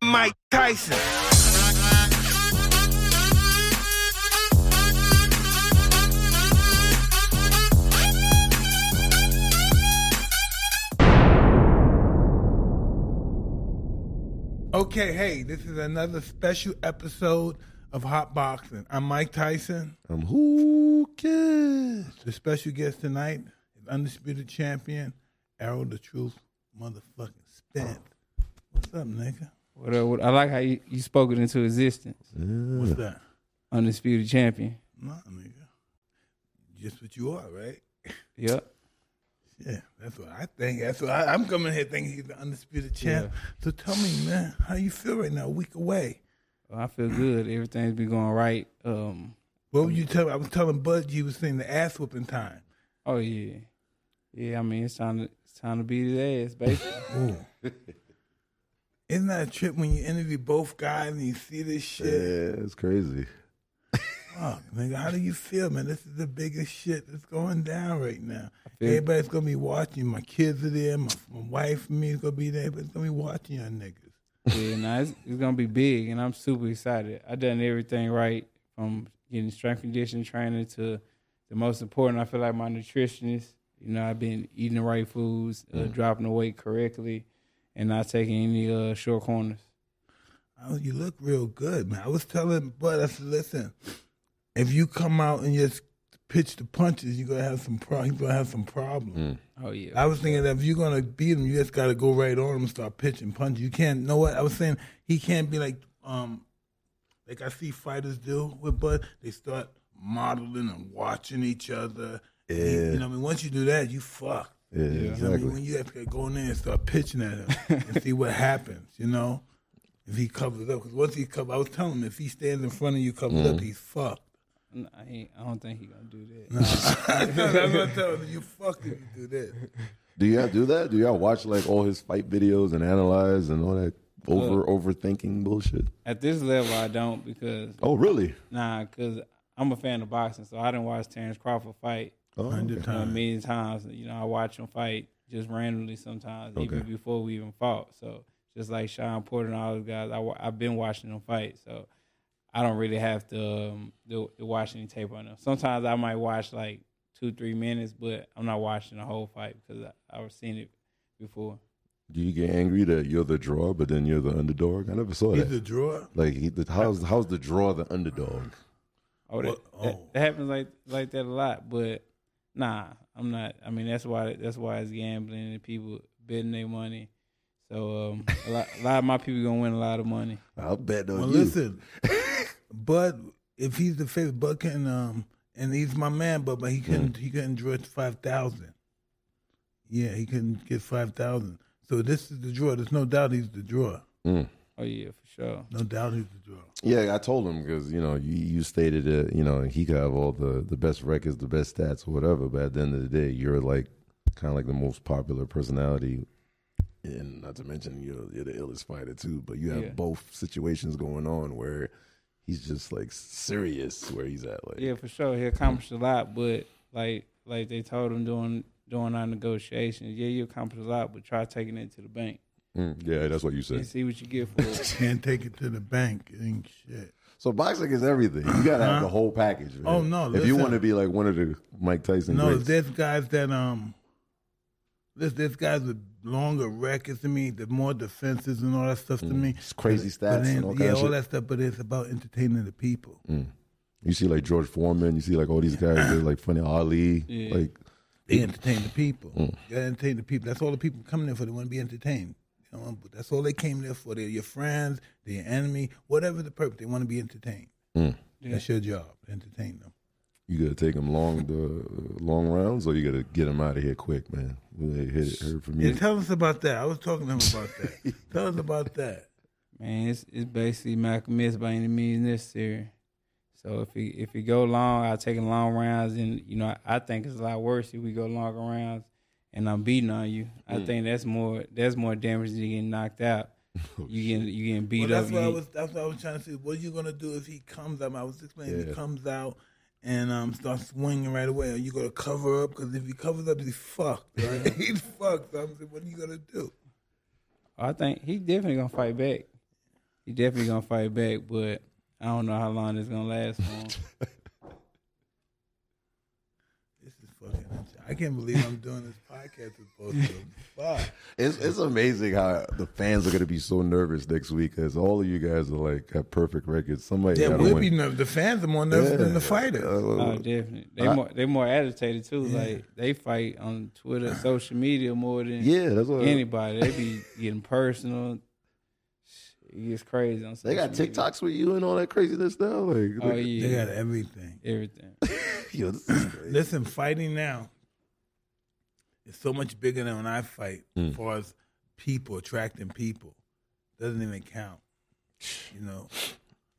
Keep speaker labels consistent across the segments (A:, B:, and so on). A: Mike Tyson. Okay, hey, this is another special episode of Hot Boxing. I'm Mike Tyson.
B: I'm hooked.
A: The special guest tonight is undisputed champion Arrow the Truth, motherfucking Spence. What's up, nigga?
C: What up, what- I like how you, you spoke it into existence.
A: What's that?
C: Undisputed champion.
A: Nah, nigga. Just what you are, right?
C: Yep.
A: Yeah, that's what I think. That's what I, I'm coming here thinking he's the undisputed champ. So tell me, man, how you feel right now? A week away.
C: I feel good. Everything's been going right. Um.
A: What would you tell? I was telling Bud you was seeing the ass whooping time.
C: Oh yeah. Yeah. I mean, it's time to it's time to beat his ass, basically.
A: Isn't that a trip when you interview both guys and you see this shit?
B: Yeah, it's crazy.
A: Fuck, nigga, how do you feel, man? This is the biggest shit that's going down right now.
C: feel-
A: Everybody's gonna be watching. My kids are there. My, my wife and me is gonna be there. But it's gonna be watching y'all niggas.
C: yeah. Nah, it's, it's gonna be big, and I'm super excited. I done everything right from getting strength conditioning training to the most important. I feel like my nutritionist. You know, I've been eating the right foods, uh, dropping the weight correctly, and not taking any uh, short corners.
A: Oh, you look real good, man. I was telling Bud, I said, listen, if you come out and just pitch the punches, you're gonna have some pro- you're gonna have some problems.
C: Oh yeah.
A: I was thinking that if you're gonna beat him, you just gotta go right on him and start pitching punches. You can't know what I was saying. He can't be like um like I see fighters do with Bud. They start modeling and watching each other. And you- You,
B: Yeah.
A: know, what I mean, once you do that, you fuck.
B: Yeah,
A: You know what I mean?
B: exactly.
A: When you have to go in there and start pitching at him and see what happens, you know, if he covers up. Because once he covers, I was telling him if he stands in front of you covered up, he's fucked.
C: Nah, I, ain't, I don't think he gonna do that.
A: That's what I'm telling him. You fucked if you do that.
B: Do y'all do that? Do y'all watch like all his fight videos and analyze and all that over overthinking bullshit?
C: At this level, I don't because
B: Oh, really?
C: nah, because I'm a fan of boxing, so I didn't watch Terrence Crawford fight
B: Oh, okay.
C: a million times. You know, I watch him fight just randomly sometimes, even before we even fought. So just like Sean Porter and all those guys, I, wa- I've been watching them fight, so I don't really have to, um, to, to watch any tape on them. Sometimes I might watch like two, three minutes, but I'm not watching the whole fight because I, I've seen it before.
B: Do you get angry that you're the draw, but then you're the underdog? I never saw
A: He's
B: that.
A: a drawer.
B: Like, he, the, how's how's the draw the underdog?
C: Oh, that,
A: Well,
C: that-
A: oh.
C: that happens like like that a lot. But nah, I'm not. I mean, that's why that's why it's gambling and people betting their money. So um, a, lot, a lot of my people gonna win a lot of money.
B: I'll bet on
A: Well,
B: you.
A: listen, Bud, if he's the favorite, Bud can um, and he's my man, but but he couldn't he couldn't draw five thousand. Yeah, he couldn't get five thousand. So this is the draw. There's no doubt he's the draw.
B: Mm.
C: Oh yeah, for sure.
A: No doubt he's the draw.
B: Yeah, I told him because you know you, you stated that you know he could have all the the best records, the best stats, or whatever. But at the end of the day, you're like kind of like the most popular personality, and not to mention you're you're the illest fighter too. But you have
C: Yeah.
B: both situations going on where he's just like serious where he's at. Like
C: Yeah, for sure. He accomplished a lot, but like like they told him during during our negotiations, yeah, you accomplished a lot, but try taking it to the bank
B: Mm, yeah, that's what you
C: and
B: said.
C: see what you get for it.
A: Can't take it to the bank. It ain't shit.
B: So boxing is everything. You gotta have the whole package. Man.
A: Oh, no,
B: If you
A: listen.
B: want to be like one of the Mike Tyson,
A: No,
B: greats.
A: there's guys that um, there's there's guys with longer records than me, the more defenses and all that stuff to me.
B: Mm, It's crazy
A: But
B: stats
A: then-
B: and all
A: yeah,
B: kinds of
A: all
B: shit. Mm.
A: that stuff. But it's about entertaining the people.
B: you see like George Foreman, you see like all these guys, they're like funny Ali, like
A: They entertain the people.
B: Mm.
A: They entertain the people. That's all the people come there for. They want to be entertained. You know, but that's all they came there for. They're your friends, they're your enemy, whatever the purpose. They want to be entertained.
B: Mm.
A: That's your job, entertain them.
B: You gotta take them long the long rounds, or you gotta get them out of here quick, man. They hit it heard from
A: Yeah,
B: you.
A: tell us about that. I was talking to him about that. tell us about that.
C: Man, it's it's basically Malcolm X by any means necessary. So if it if it go long, I take long rounds, and you know I, I think it's a lot worse if we go longer rounds, and I'm beating on you. I think that's more that's more damage than getting knocked out. you getting you getting
A: Well,
C: beat
A: that's
C: up.
A: what I
C: you-
A: was. That's what I was trying to say. What are you gonna do if he comes out? I was explaining. If he
B: Yeah.
A: comes out and um starts swinging right away, are you gonna cover up? Because if he covers up, he's fucked. Right? he's fucked. So I'm saying, what are you gonna do?
C: I think he definitely gonna fight back. He definitely gonna fight back, but I don't know how long it's gonna last for him.
A: This is fucking. I can't believe I'm doing this podcast with both of them. Fuck.
B: It's it's amazing how the fans are going to be so nervous next week because all of you guys are like have perfect records. Somebody
A: Yeah,
B: got
A: we'll be nervous. The fans are more nervous Uh, than the fighters.
B: Uh,
C: Oh, definitely. They more they more agitated too. Like they fight on Twitter, social media more than
B: yeah, that's what.
C: anybody. They be getting personal. It gets crazy on.
B: They got
C: social media.
B: TikToks with you and all that craziness now. Like,
C: Oh
B: like,
A: They
C: yeah,
A: got everything.
C: everything.
B: yo, this is crazy.
A: Listen, fighting now is so much bigger than when I fight
B: Hmm.
A: as far as people, attracting people. Doesn't even count. You know,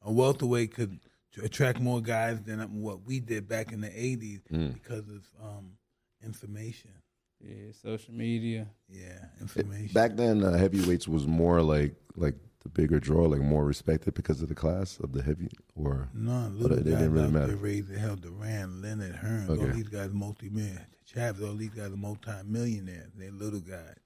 A: a welterweight could t- attract more guys than what we did back in the 80s
B: Hmm. Mm.
A: because of um, information.
C: Yeah, social media.
A: Yeah, information.
B: Back then, uh, heavyweights was more like like the bigger draw, like more respected because of the class of the heavy. Or
A: no,
B: But
A: little
B: it
A: guys
B: didn't really
A: out
B: matter.
A: there raised the hell, Duran, Leonard, Hearns, all
B: Okay.
A: these guys multi-millionaires. Chavez, all these guys are multi-millionaires. They're little guys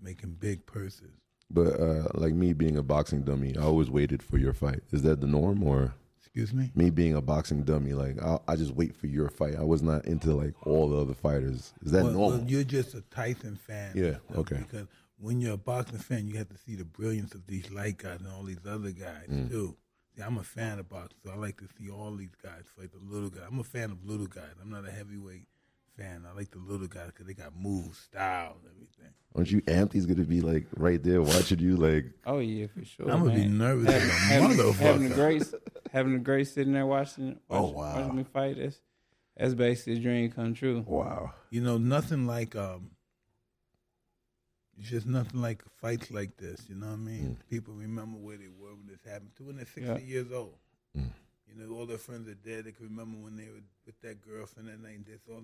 A: making big purses.
B: but uh, like me being a boxing dummy, I always waited for your fight. Is that the norm or?
A: Excuse me?
B: me being a boxing dummy, like I, I just wait for your fight. I was not into like all the other fighters. Is that
A: well,
B: normal?
A: well, you're just a Tyson fan.
B: Yeah,
A: though,
B: okay.
A: Because when you're a boxing fan, you have to see the brilliance of these light guys and all these other guys
B: Mm.
A: too. See, I'm a fan of boxing, so I like to see all these guys fight the little guy. I'm a fan of little guys. I'm not a heavyweight fan. I like the little guys because they got moves, style, and everything.
B: Aren't you amped? He's gonna be like right there watching you. Like
C: Oh yeah, for sure.
A: I'm gonna be
C: man.
A: nervous as
C: Having,
A: a
C: having, having the
A: motherfucker.
C: grace, having the grace sitting there watching,
B: Oh,
C: watching,
B: wow.
C: watching me fight. That's that's basically a dream come true.
B: wow,
A: You know, nothing like um. It's just nothing like fights like this, you know what I mean? People remember where they were when this happened to when they're 60
C: Yeah.
A: years old.
B: Mm.
A: You know, all their friends are dead. They can remember when they were with that girlfriend that night. That's all.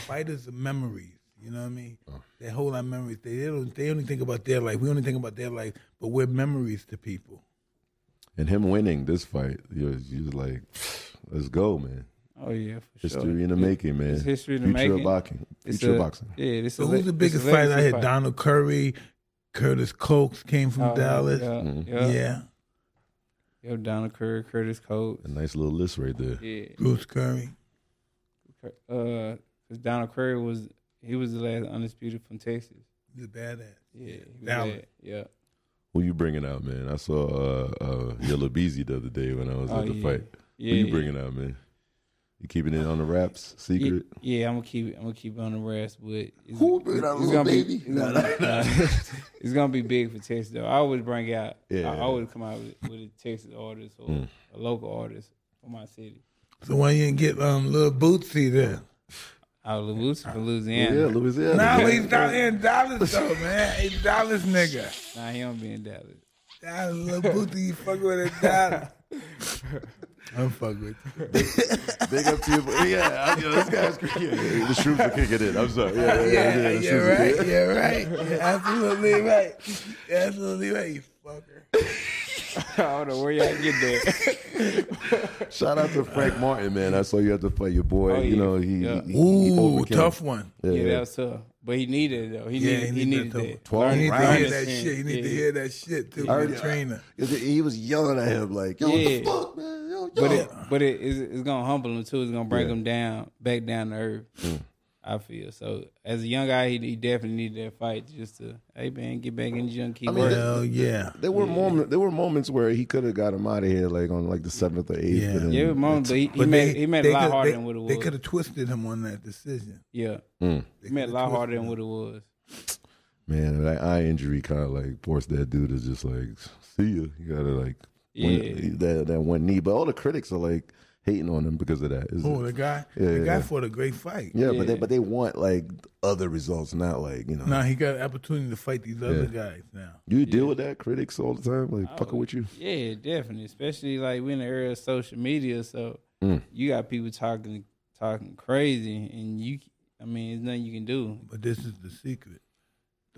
A: Fighters are memories. You know what I mean? They hold our memories. They, they don't. They only think about their life. We only think about their life, but we're memories to people.
B: and him winning this fight, you're, you're like, let's go, man.
C: Oh yeah, for
B: History
C: sure.
B: in the making, man.
C: it's history in the
B: Future Of
C: making.
B: boxing.
C: It's
B: Future
C: a-
B: of boxing.
C: Yeah, this
A: So
C: is
A: who's the biggest fighter? I had Donald Curry, Curtis Coates came from Dallas.
C: Oh, Yeah,
B: Mhm.
A: Yeah.
C: yeah. Yo, Donald Curry, Curtis Coates.
B: A nice little list right there.
C: Yeah,
A: Bruce Curry.
C: because uh, Donald Curry was he was the last undisputed from Texas.
A: He's a badass.
C: Yeah, he was
A: Dallas.
C: that. Yeah.
B: Who you bringing out, man? I saw uh, uh, Yellow Beezy the other day when I was
C: Oh,
B: at the
C: yeah.
B: fight.
C: Yeah,
B: Who you
C: yeah.
B: bringing out, man? You keeping it on the wraps, secret?
C: Yeah, yeah, I'm gonna keep. I'm gonna keep it on the rest, but it's,
B: Who bring out
C: it's
B: Lil
C: gonna
B: Baby?
C: Be, it's, gonna, it's gonna be big for Texas though. I always bring out.
B: Yeah.
C: I
B: Mm.
C: always come out with, with a Texas artist or a local artist from my city.
A: So why you didn't get um little Bootsy there?
C: Out of Louisiana, from
B: Yeah,
C: Louisiana.
B: Louisiana.
A: No, he's down here in Dallas though, man. He's Dallas nigga.
C: Nah, he don't be in Dallas.
A: Dallas, little Bootsy, you fucking with a Dallas. I'm fucking with you.
B: Big up to you. but- Yeah, I, yo, this guy's crazy. Yeah, the shrooms are kicking in. I'm sorry. Yeah, yeah, yeah.
A: Yeah,
B: the
A: you're
B: shrooms are kicking
A: right. You're right. You're absolutely right. You're absolutely right, you fucker.
C: I don't know where y'all get that.
B: in. Shout out to Frank Martin, man. I saw you at the fight. Your boy,
C: Oh,
B: you
C: yeah.
B: know, he,
C: Yeah.
B: he, he, he
A: Ooh,
B: overcame.
A: tough one.
B: Yeah,
C: Yeah,
B: yeah.
C: that was tough. But he needed it though. He
A: Yeah,
C: needed.
A: he
C: He
A: needed
C: needed
A: that tough.
C: that.
A: You
B: Twelve
A: need to
B: rounds.
A: hear that shit. You need to
C: Yeah.
A: hear that shit too.
B: I
A: From
B: heard
A: the trainer.
B: He was yelling at him like, "Yo, what the
C: Yeah.
B: fuck, man? Yo, yo."
C: But it,
A: Oh.
C: but it is it's gonna humble him too. It's gonna break him down, back down to earth.
A: Mm.
C: I feel so. As a young guy, he, he definitely needed that fight just to, hey man, get back in the gym, keep working.
A: Hell yeah.
B: there were moments. There were moments where he could have got him out of here, like on like the seventh or eighth.
A: Yeah.
B: but then-
C: yeah, it was moment, but he, he made he made it a lot harder than what it was.
A: They could have twisted him on that decision.
C: yeah,
B: Mm.
A: They
C: he made it a lot
A: coulda
C: harder
A: twisted
C: than
A: him.
C: what it was.
B: man, that eye injury kind of like forced that dude to just like, see you. You gotta like,
C: Yeah.
B: win, that that one knee. But all the critics are like hating on him because of that. It's-
A: Oh, the guy,
B: Yeah,
A: the guy
B: yeah.
A: fought a great fight.
B: Yeah, but they
C: Yeah.
B: but they want like other results, not like you know.
A: Now he got an opportunity to fight these other guys now.
B: You deal with that critics all the time, like fucking with you.
C: Yeah, definitely. Especially like we in the era of social media, so
A: Mm.
C: you got people talking talking crazy, and you, I mean, there's nothing you can do.
A: But this is the secret.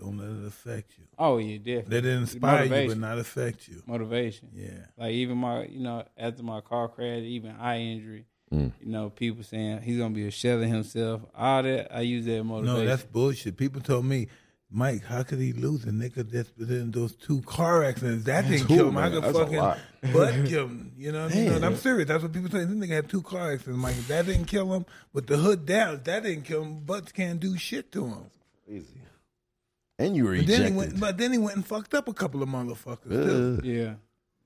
A: Don't let it affect you.
C: Oh yeah, definitely
A: Let it inspire you, but
C: motivation.
A: not affect you.
C: motivation.
A: Yeah.
C: Like even my, you know, after my car crash, even eye injury, you know, people saying he's gonna be a shell of himself. All that I use that motivation.
A: No, that's bullshit. People told me Mike, how could he lose a nigga that's been in those two car accidents? That didn't
B: Two,
A: kill him. I
B: man.
A: could
B: That's a lot.
A: fucking butt kill him. You know what I mean?
B: Damn.
A: And I'm serious. That's what people say. This nigga had two car accidents. Mike, if that didn't kill him. With the hood down, if that didn't kill him. Butts can't do shit to him.
B: Crazy. And you were
A: But
B: ejected.
A: then, he went, but then he went and fucked up a couple of motherfuckers. Too.
B: Ugh.
C: Yeah,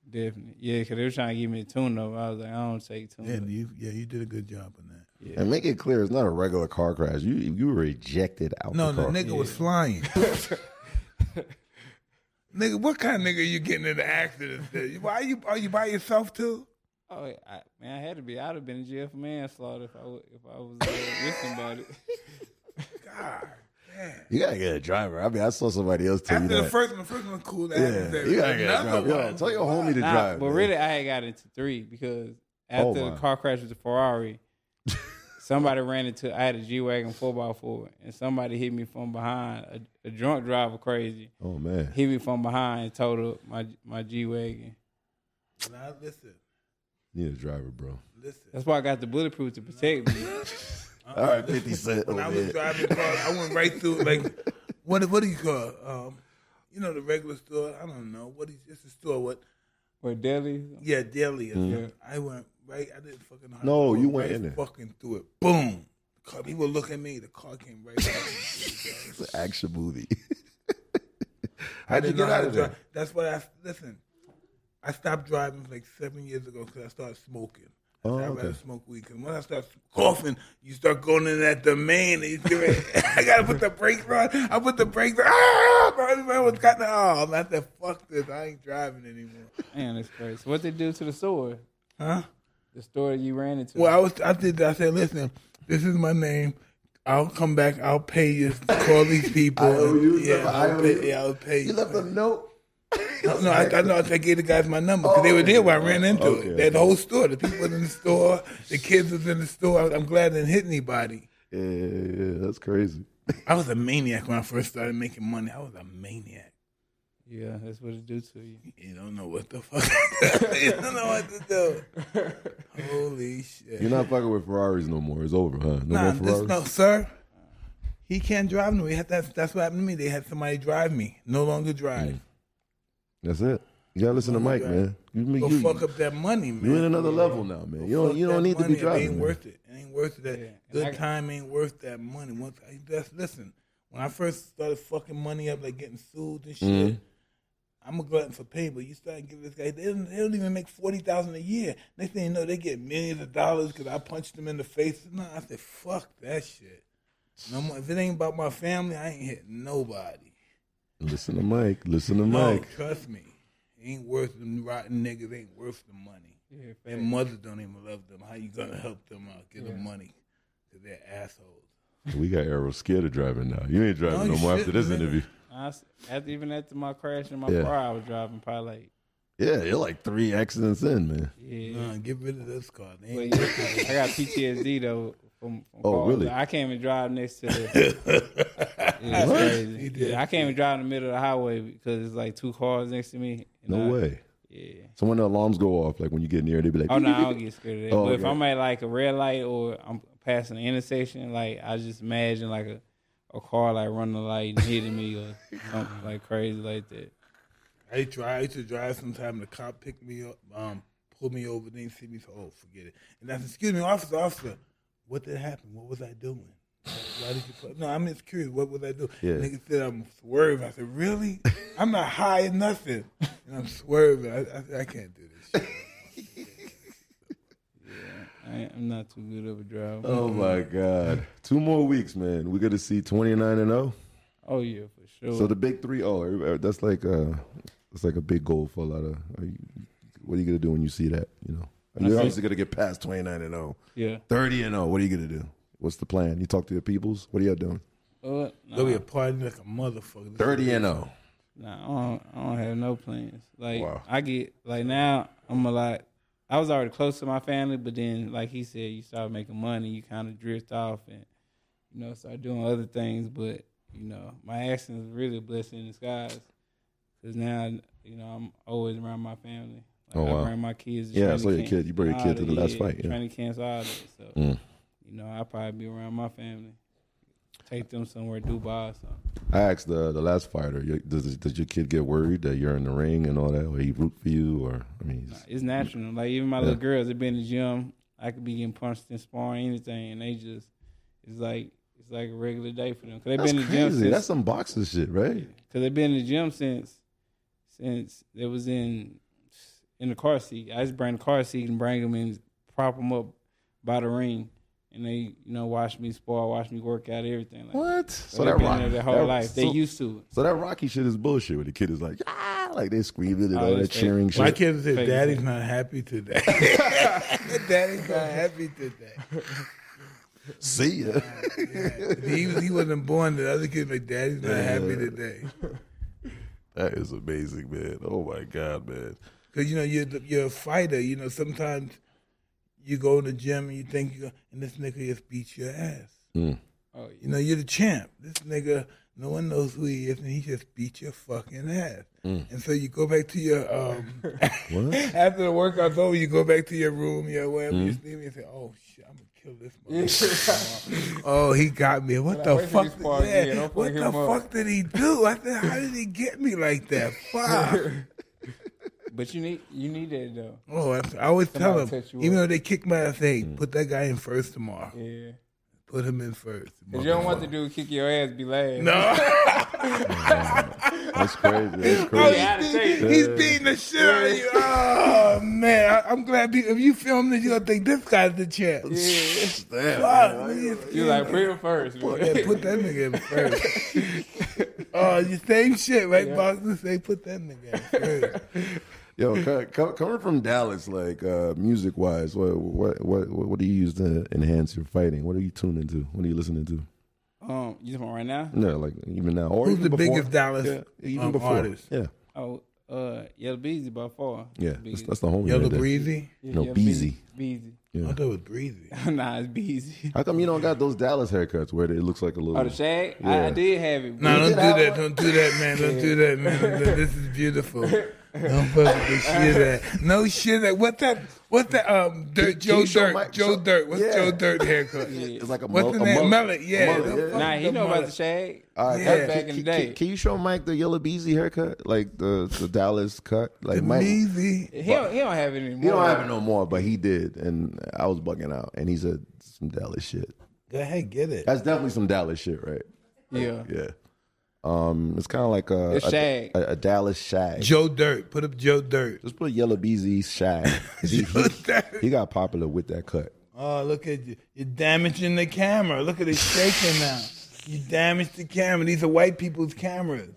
C: definitely. Yeah, because they were trying to give me a tune up. I was like, I don't take tune
A: And you, yeah, you did a good job on that.
B: And make it clear, it's not a regular car crash. You you were ejected out.
A: No,
B: the
A: the
B: car.
A: nigga was flying. nigga, what kind of nigga you getting into accidents? with? Why you are you by yourself too?
C: Oh, I, man, I had to be. I'd have been in jail for manslaughter if I wa- if I was uh, with somebody.
A: God.
B: You gotta get a driver. I mean, I saw somebody else tell
A: After
B: you
A: the
B: that.
A: first one, first one cool.
B: yeah,
A: after that,
B: you gotta get a
A: another
B: driver. Yeah,
A: one.
B: tell your homie to
C: Nah,
B: drive.
C: but
B: man.
C: really, I had got into three because after
B: Oh,
C: the
B: my.
C: car crash with the Ferrari, somebody ran into. I had a G wagon four x four, and somebody hit me from behind. A, a drunk driver, crazy,
B: oh man,
C: hit me from behind and totaled my my G wagon.
A: Now listen,
B: you need a driver, bro.
A: listen.
C: That's why I got the bulletproof to protect me.
B: All right, fifty cent.
A: When I
B: over
A: was
B: there.
A: driving the car, I went right through like what what do you call it? um you know the regular store? I don't know. What is it's the store what
C: Or deli.
A: yeah, daily. I went right I didn't fucking hard.
B: Mm-hmm. No,
A: I
B: you went
A: right
B: in there.
A: fucking through it. Boom. Car, people look at me, the car came right back.
B: It's an action movie.
A: I
B: How'd you
A: didn't
B: get
A: know how
B: out
A: to
B: of there?
A: drive. That's why I listen. I stopped driving like seven years ago because I started smoking. I
B: Oh,
A: said, I'd
B: okay.
A: rather smoke weed. Cause when I start coughing, you start going in that domain. And you do it. I gotta put the brakes on. I put the brakes on. Ah, bro, I was gotten. Oh, I'm not that. Fuck this. I ain't driving anymore.
C: Man, that's crazy. So what they do to the store?
A: Huh?
C: The store you ran into.
A: Well, I was. I did. I said, listen, this is my name. I'll come back. I'll pay you. Call these people.
B: I owe you,
A: Yeah,
B: remember, I
A: I'll
B: owe
A: pay,
B: you.
A: yeah, I'll pay you.
B: You left a note.
A: No, no, I, I know I gave the guys my number because they were there when I ran into
B: Oh, Okay.
A: it. That whole store, the people was in the store, the kids was in the store. I- I'm glad I didn't hit anybody.
B: Yeah, yeah, that's crazy.
A: I was a maniac when I first started making money. I was a maniac.
C: yeah, that's what it do to you.
A: You don't know what the fuck. you don't know what to do. Holy shit!
B: You're not fucking with Ferraris no more. It's over, huh? No
A: nah,
B: more
A: this,
B: Ferraris.
A: no, sir. He can't drive no. more. That's that's what happened to me. They had somebody drive me. No longer drive.
B: Mm. That's it. You gotta listen to Mike, man. You,
A: Oh Go
B: you,
A: fuck up that money, man.
B: you in another level now, man. You don't you
A: Fuck
B: don't
A: that
B: need to be
A: money. It
B: driving.
A: ain't
B: man.
A: worth it. It ain't worth it. That
C: and
A: good
C: I-
A: time ain't worth that money. Once I, that's listen. When I first started fucking money up, like getting sued and shit,
B: Mm-hmm.
A: I'm a glutton for pay. But you start giving this guy, they don't, they don't even make forty thousand a year. Next thing you know, they get millions of dollars because I punched them in the face. No, I said fuck that shit. No more. If it ain't about my family, I ain't hit nobody.
B: Listen to Mike. Listen to
A: No,
B: Mike.
A: trust me, ain't worth them rotten niggas. Ain't worth the money.
C: Yeah,
A: Their mothers don't even love them. How you gonna help them out? Give them money because they're assholes.
B: We got Arrow scared of driving now. You ain't driving
A: No,
B: no
A: you
B: more after
A: shouldn't,
B: this
A: man.
B: interview.
C: I s after even after my crash in my
B: Yeah.
C: car, I was driving probably like
B: Yeah, you're like three accidents in, man.
C: yeah.
A: Nah, get rid of this car. They ain't-
C: But yeah, I got PTSD though. From, from
B: Oh,
C: cars.
B: really?
C: Like, I can't even drive next to the. yeah, it's crazy. Yeah, I can't even drive in the middle of the highway because it's like two cars next to me. and
B: No
C: I-
B: way.
C: Yeah.
B: So when the alarms go off, like when you get near, they be like,
C: Oh no, I don't get scared of that.
B: Oh,
C: but if
B: okay.
C: I'm at like a red light or I'm passing an intersection, like I just imagine like a, a car like running the light and hitting me or something like crazy like that.
A: I try I used to drive sometime. The cop picked me up, um, pulled me over. They didn't see me, so oh, forget it. And I said, "Excuse me, officer, officer, what did happen? What was I doing? Why did you put?" No, I'm just curious. What was I doing?
B: Yeah.
A: Nigga said I'm swerving. I said, "Really? I'm not high or nothing, and I'm swerving. I, I, said, I can't do this." Shit.
C: I, ain't- I'm not too good of a driver.
B: Oh my God. Two more weeks, man. We're gonna see 29 and 0.
C: oh yeah, for sure.
B: So the big three oh, everybody- that's like uh that's like a big goal for a lot of are you, what are you gonna do when you see that, you know? You're obviously gonna get past 29 and 0.
C: yeah.
B: 30 and 0. What are you gonna do? What's the plan? You talk to your peoples? What are y'all doing?
C: Uh,
A: They'll
C: nah,
A: be a party like a motherfucker.
B: 30 and oh. 0.
C: nah, I, don't, I don't have no plans. Like
B: Wow.
C: I get like now I'm a lot. I was already close to my family, but then like he said, you start making money, you kind of drift off and you know start doing other things. But you know my actions is really a blessing in disguise because now you know I'm always around my family. Like,
B: Oh, wow.
C: I bring my kids. To
B: Yeah,
C: training
B: I saw your
C: camp
B: kid. You brought your
C: and
B: kid
C: all
B: to
C: that,
B: the last fight, yeah.
C: Training camps, all that. So
B: Mm.
C: you know I probably be around my family. Take them somewhere, Dubai or something.
B: I asked the the last fighter, you- does does your kid get worried that you're in the ring and all that, or he root for you, or I mean, he's-
C: It's natural. Like even my little girls, they been in the gym. I could be getting punched in sparring, anything, and they just it's like it's like a regular day for them. Cause they've
B: that's
C: been in the gym
B: crazy.
C: since
B: That's some boxing shit, right?
C: because they've been in the gym since since they was in in the car seat. I just bring the car seat and bring them and prop them up by the ring, and they you know watch me spar, watch me work out, everything. Like,
B: What?
C: So they've been there their whole
B: that-
C: life. They
B: so-
C: used to
B: So that Rocky shit is bullshit. When the kid is like, ah, like they screaming and
C: Oh,
B: all that
C: that's fake.
B: cheering
A: My
B: shit.
A: kids say,
C: Fake
A: "Daddy's
C: thing.
A: not happy today. Daddy's not happy today."
B: See ya.
A: He, he wasn't born. The other kid's like, "Daddy's not happy today."
B: that is amazing, man. Oh my god, man.
A: Because you know you're the- you're a fighter. You know sometimes you go in the gym and you think you and this nigga just beats your ass.
C: it. Oh,
A: You know you're the champ. This nigga, no one knows who he is, and he just beat your fucking ass.
B: Mm.
A: And so you go back to your um, after the workout's over, you go back to your room, your whatever you
B: Mm.
A: sleep, and you say, "Oh shit, I'm gonna kill this motherfucker." oh, he got me. What the
C: wait till
A: fuck?
C: he's
A: Did,
C: part of
A: yeah,
C: me and I'm
A: what
C: fucking
A: the
C: him up.
A: fuck did he do? I said, "How did he get me like that?" Fuck.
C: but you need you need that though.
A: Oh, I, I always tell
C: Somebody
A: them,
C: touch you
A: even
C: up.
A: though they kick my ass, hey, put that guy in first tomorrow.
C: Yeah,
A: Put him in first.
C: because you don't want the dude kick your ass, be laughing.
A: No,
B: That's crazy. That's
A: Oh,
B: crazy.
C: Yeah,
A: he's,
C: I take
A: beating, he's beating the shit out of you. Oh man, I, I'm glad be, if you film this, you gonna think this guy's the champ.
B: Damn.
A: Fuck, nigga.
C: You like put him first. man.
A: Yeah, put that nigga in first. oh, the same shit, right? Boxers say put that nigga in first.
B: Yo, co- co- coming from Dallas, like uh, music wise, what, what what what do you use to enhance your fighting? What are you tuning into? What are you listening to?
C: Um, you talking right now?
B: No, like even now or
A: Who's
B: even
A: the
B: before.
A: biggest Dallas,
B: Yeah, even
A: um,
B: before.
A: artist?
B: Yeah,
C: Oh, uh, Yellow Beezy by far.
B: yeah, that's,
C: Beezy.
B: that's the homie.
A: Yellow
B: right there.
A: Breezy.
C: Yeah,
B: no,
C: Yellow
B: Beezy.
C: Beezy.
A: I thought it was Breezy.
C: nah, it's Beezy.
B: How come you don't got those Dallas haircuts where it looks like a little?
C: Oh, the shag? I, I
B: Yeah.
C: did have it.
A: No, don't
B: did
A: do
B: have
A: that.
B: one.
A: Don't do that, man. Don't do that, man. No, This is beautiful. Don't fucking do shit at. No shit at. What's that? What's that? Um, Dirt,
B: Can
A: Joe
B: you show
A: Dirt.
B: my-
A: Joe
B: show-
A: Dirt. What's
B: Yeah.
A: Joe Dirt haircut?
B: it's like a
A: What's
B: mul-
A: the
B: a
A: name?
B: mul-
A: Mullet. Yeah.
B: mullet,
A: Don't
B: yeah.
A: fuck
C: Nah,
A: with
C: he
A: the
C: know about
A: mullet.
C: the shag.
B: All right,
A: Yeah.
B: can-
C: Back in the
B: can-
C: day.
B: Can, you show Mike the yellow beezy haircut, like the, the Dallas cut? Like Mike,
A: Measy.
C: He don't, he don't have it anymore.
B: he don't have it no more, but he did, and I was bugging out, and he said some Dallas shit.
A: Go ahead, get it.
B: That's definitely some Dallas shit, right?
C: Yeah.
B: Yeah. Um, it's kind of like a
C: It's
B: a,
C: shag.
B: a- a Dallas shag.
A: Joe Dirt. Put up Joe Dirt.
B: Just put yellow beezy shag. 'Cause he,
A: Joe Dirt.
B: he got popular with that cut.
A: Oh, look at you. You're damaging the camera. Look at it shaking now. You damaged the camera. These are white people's cameras.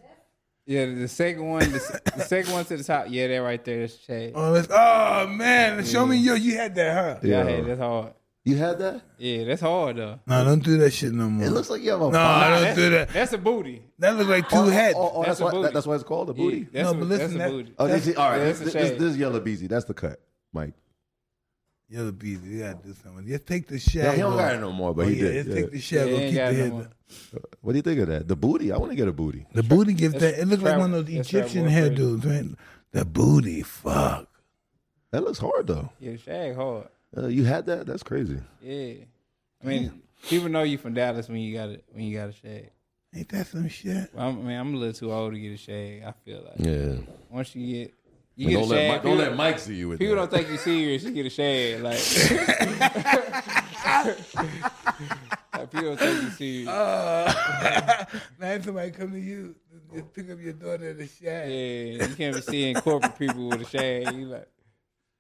C: Yeah, the second one, the, se- the second one to the top. Yeah, that right there, that's shag.
A: Oh, that's, oh man. Show me you. You had that, huh?
C: Yeah, I had it. that's hard.
B: You had that?
C: Yeah, that's hard though.
A: No, don't do that shit no
C: Mm.
A: more.
B: It looks like you have a.
A: No, I don't
C: that's,
A: do that.
C: That's a booty.
A: That looks like two
B: Oh,
A: heads.
B: Oh, oh,
C: That's
B: that's,
C: a
B: why.
C: booty.
B: that- that's why it's called a booty.
C: Yeah, that's
A: No,
C: a,
A: but
C: that's
A: listen,
C: a
A: that-
C: booty.
B: Oh, this, all right.
C: yeah,
B: This,
C: that's a
B: this,
C: shag.
B: this is yellow beezy. That's the cut, Mike.
A: Yellow bees, you gotta do something. Just take the shag.
B: Yeah, he don't
A: off.
B: got it no more, but
A: Oh,
B: he
A: yeah,
B: did.
A: just
B: yeah.
A: take the shag.
C: Yeah,
A: off,
C: he ain't
A: keep
C: got
A: the
C: it no
A: head.
C: more.
A: up.
B: What do you think of that? The booty. I want to get a booty.
A: the booty gives
C: That's
A: that. It looks like
C: Fat-
A: one of those
C: that's Fat
A: Egyptian
C: Wilfred.
A: hairdos, right? The booty, fuck.
B: That looks hard though.
C: Yeah, shag hard.
B: Uh, you had that? That's crazy.
C: Yeah, I mean, people know you from Dallas when you got it when you got a shag.
A: Ain't that some shit?
C: Well, I'm, I mean, I'm a little too old to get a shag. I feel like
B: Yeah.
C: once you get you get a shag, people,
B: Mike see you with
C: people don't think you serious. You get a shag, like, Like, people don't think you serious.
A: Uh, now if somebody come to you, just pick up your daughter in the shag.
C: yeah, you can't be seeing corporate people with a shag. You like,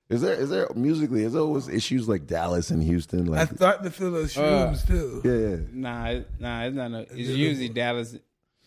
B: Is there is there musically? Is there always issues like Dallas and Houston?
A: I
B: Like
A: started to feel those
C: Uh.
A: shrooms too.
B: yeah, yeah.
C: nah, it- nah, it's not. No, it's usually Dallas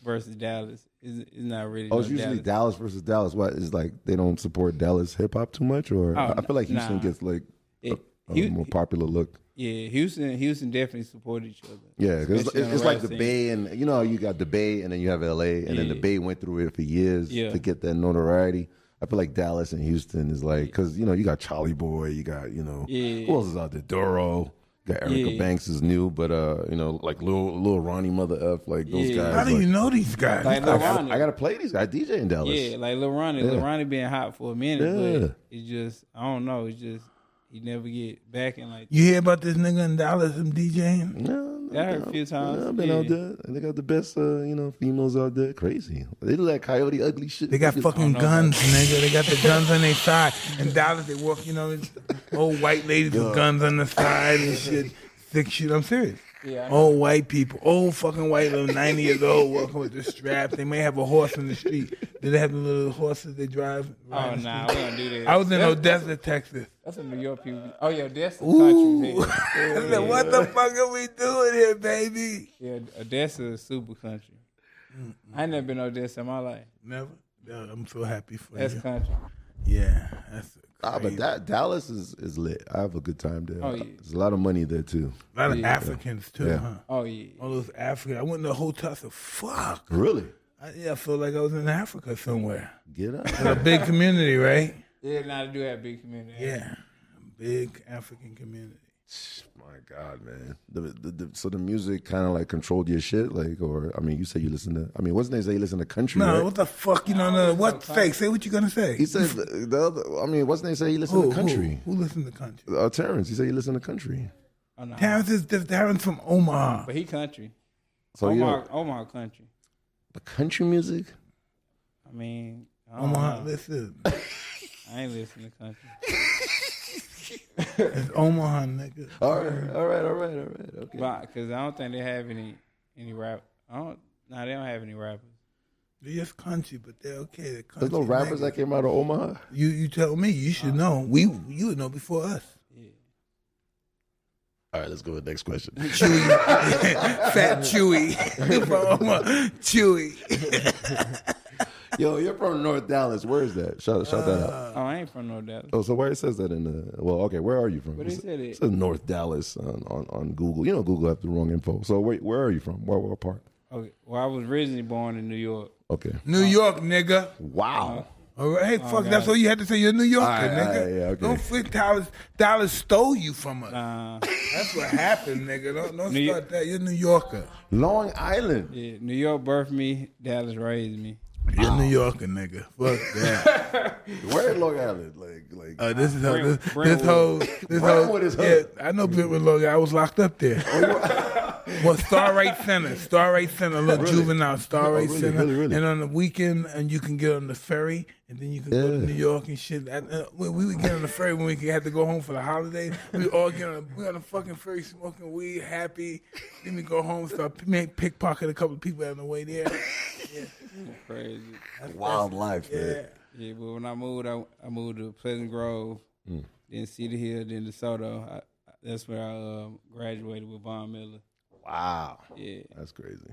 C: versus Dallas. It's, it's not really.
B: Oh, it's
C: no
B: usually
C: Dallas.
B: Dallas. versus Dallas. What is like they don't support Dallas hip hop too much, or I I feel like Houston
C: nah.
B: gets like a,
C: It-
B: a
C: Hu-
B: Oh, more popular look.
C: yeah, Houston, Houston definitely support each other.
B: Yeah, 'cause it's,
C: Especially on
B: it's
C: the
B: like the
C: rap scene.
B: Bay, and you know you got the Bay, and then you have L.A., and then the
C: Yeah.
B: Bay went through it for years
C: Yeah.
B: to get that notoriety. I feel like Dallas and Houston is like because you know you got Charlie Boy, you got you know
C: Yeah.
B: who else is out there? Duro, you got Erica
C: Yeah.
B: Banks is new, but uh you know like little little Ronnie Mother F, like those
C: Yeah.
B: guys.
A: How do
B: like,
A: you know these guys?
C: Like
B: I,
C: Lil
B: gotta,
C: Ronnie.
B: I gotta play these. I DJ in Dallas.
C: Yeah, like Lil Ronnie. Lil Ronnie been hot for a minute, but it's just I don't know. It's just he never get back in like
A: you hear about this nigga in Dallas? Him DJing?
B: No, I'm
C: That hurt a
B: down.
C: few times.
B: I've been out
C: Yeah.
B: there. and They got the best, uh, you know, females out there. Crazy. They do that coyote ugly shit.
A: They got
B: Just-
A: fucking
C: know.
A: guns, nigga. They got the guns on their side. In Dallas, they walk, you know, it's old white ladies with guns on the side and shit. Sick shit. I'm serious.
C: Yeah, I know.
A: Old white people, old fucking white little 90 years old walking with the strap. They may have a horse in the street. Do they have the little horses they drive?
C: Oh
A: around the
C: nah, we
A: street?
C: don't do that.
A: I was in
C: that's,
A: Odessa, Texas.
C: that's in New York people. Oh yeah, that's the country.
A: Ooh.
C: nigga.
A: I said, what the fuck are we doing here, baby?
C: Yeah, Odessa is super country. I ain't never been to Odessa in my life.
A: Never. Yeah, I'm so happy for
C: That's
A: you.
C: country.
A: yeah, that's
B: Ah, but
A: crazy.
B: that Dallas is, is lit. I have a good time there.
C: Oh, yeah.
B: There's a lot of money there too.
A: a lot of
C: Yeah.
A: Africans too,
B: Yeah.
A: huh?
C: Oh yeah.
A: All those Africans. I went to a hotel. I said, fuck.
B: Really?
A: I, yeah, I feel like I was in Africa somewhere.
B: Get up.
A: A big community, right?
C: Yeah, now they do have big community.
A: Yeah. Big African community.
B: My God, man. The, the, the, so the music kind of like controlled your shit, like, or I mean, you say you listen to. I mean, what's the name? Say you listen to country.
A: No,
B: right?
A: what the fuck? You know, no, what? Say, say what you gonna say.
B: he said the, the other. I mean, what's the name? Say he listened
A: who,
B: to country.
A: Who, who listened to country?
B: Uh, Terrence, he said he listened to country.
C: Oh, no.
A: Terrence is just Terrence from Omaha.
C: But he country.
A: Oh,
B: So you
C: Omaha,
B: know,
C: Omaha country.
B: but country music.
C: I mean, I, don't
A: Omaha,
C: know.
A: listen.
C: I ain't listening to country.
A: It's Omaha, nigga.
B: All right, all right, all right, all right. Okay.
C: Because I don't think they have any any rap. I don't. Nah, they don't have any rappers.
A: They're just country, but they're okay. They're country.
B: There's no rappers
A: niggas.
B: that came out of Omaha.
A: You you tell me. You should
C: Uh-huh.
A: know. We you would know before us.
C: Yeah.
B: All right, let's go to the next question.
A: Chewy, fat Chewy from Omaha. Chewy.
B: Yo, you're from North Dallas. Where is that? Shout, shout
A: Uh,
B: that out.
C: Oh, I ain't from no Dallas.
B: Oh, so where it says that in the well, okay, where are you from?
C: Where they said it?
B: says North Dallas on, on, on Google. You know Google have the wrong info. So where where are you from? Where what part?
C: Okay. Well, I was originally born in New York.
B: Okay.
A: New York, nigga.
B: Wow.
A: All right, hey, fuck.
C: God.
A: That's all you had to say. You're a New Yorker,
B: All right, all
A: nigga.
B: right, yeah, okay.
A: Don't think Dallas, Dallas stole you from us.
C: Uh,
A: That's what happened, nigga. Don't, don't
C: New
A: start that. You're a New Yorker.
B: Long Island.
C: yeah, New York birthed me. Dallas raised me.
A: You're a New Yorker, nigga. Fuck that.
B: Where in Long Island? Like like
A: Uh, this is how this, this
C: Brentwood.
A: whole this whole
B: Brentwood is
A: yeah.
B: hood. Oh,
A: I know Brentwood Logan. I was locked up there. well, Star Right Center, Star Right Center, little juvenile Star Right
B: Oh, really,
A: Center.
B: really, really?
A: And on the weekend, and you can get on the ferry, and then you can go to
B: Yeah.
A: New York and shit. I, uh, we, we would get on the ferry when we could- had to go home for the holidays. We all get on we on the fucking ferry smoking weed, happy. Then we go home, start p- make- pickpocket a couple of people on the way there.
C: Crazy.
B: wild life,
A: Yeah.
B: man.
C: Yeah, but when I moved, I, I moved to Pleasant Grove, then Cedar Hill, then DeSoto. I, I, that's where I um, graduated with Von Miller.
B: Wow.
C: Yeah,
B: That's crazy.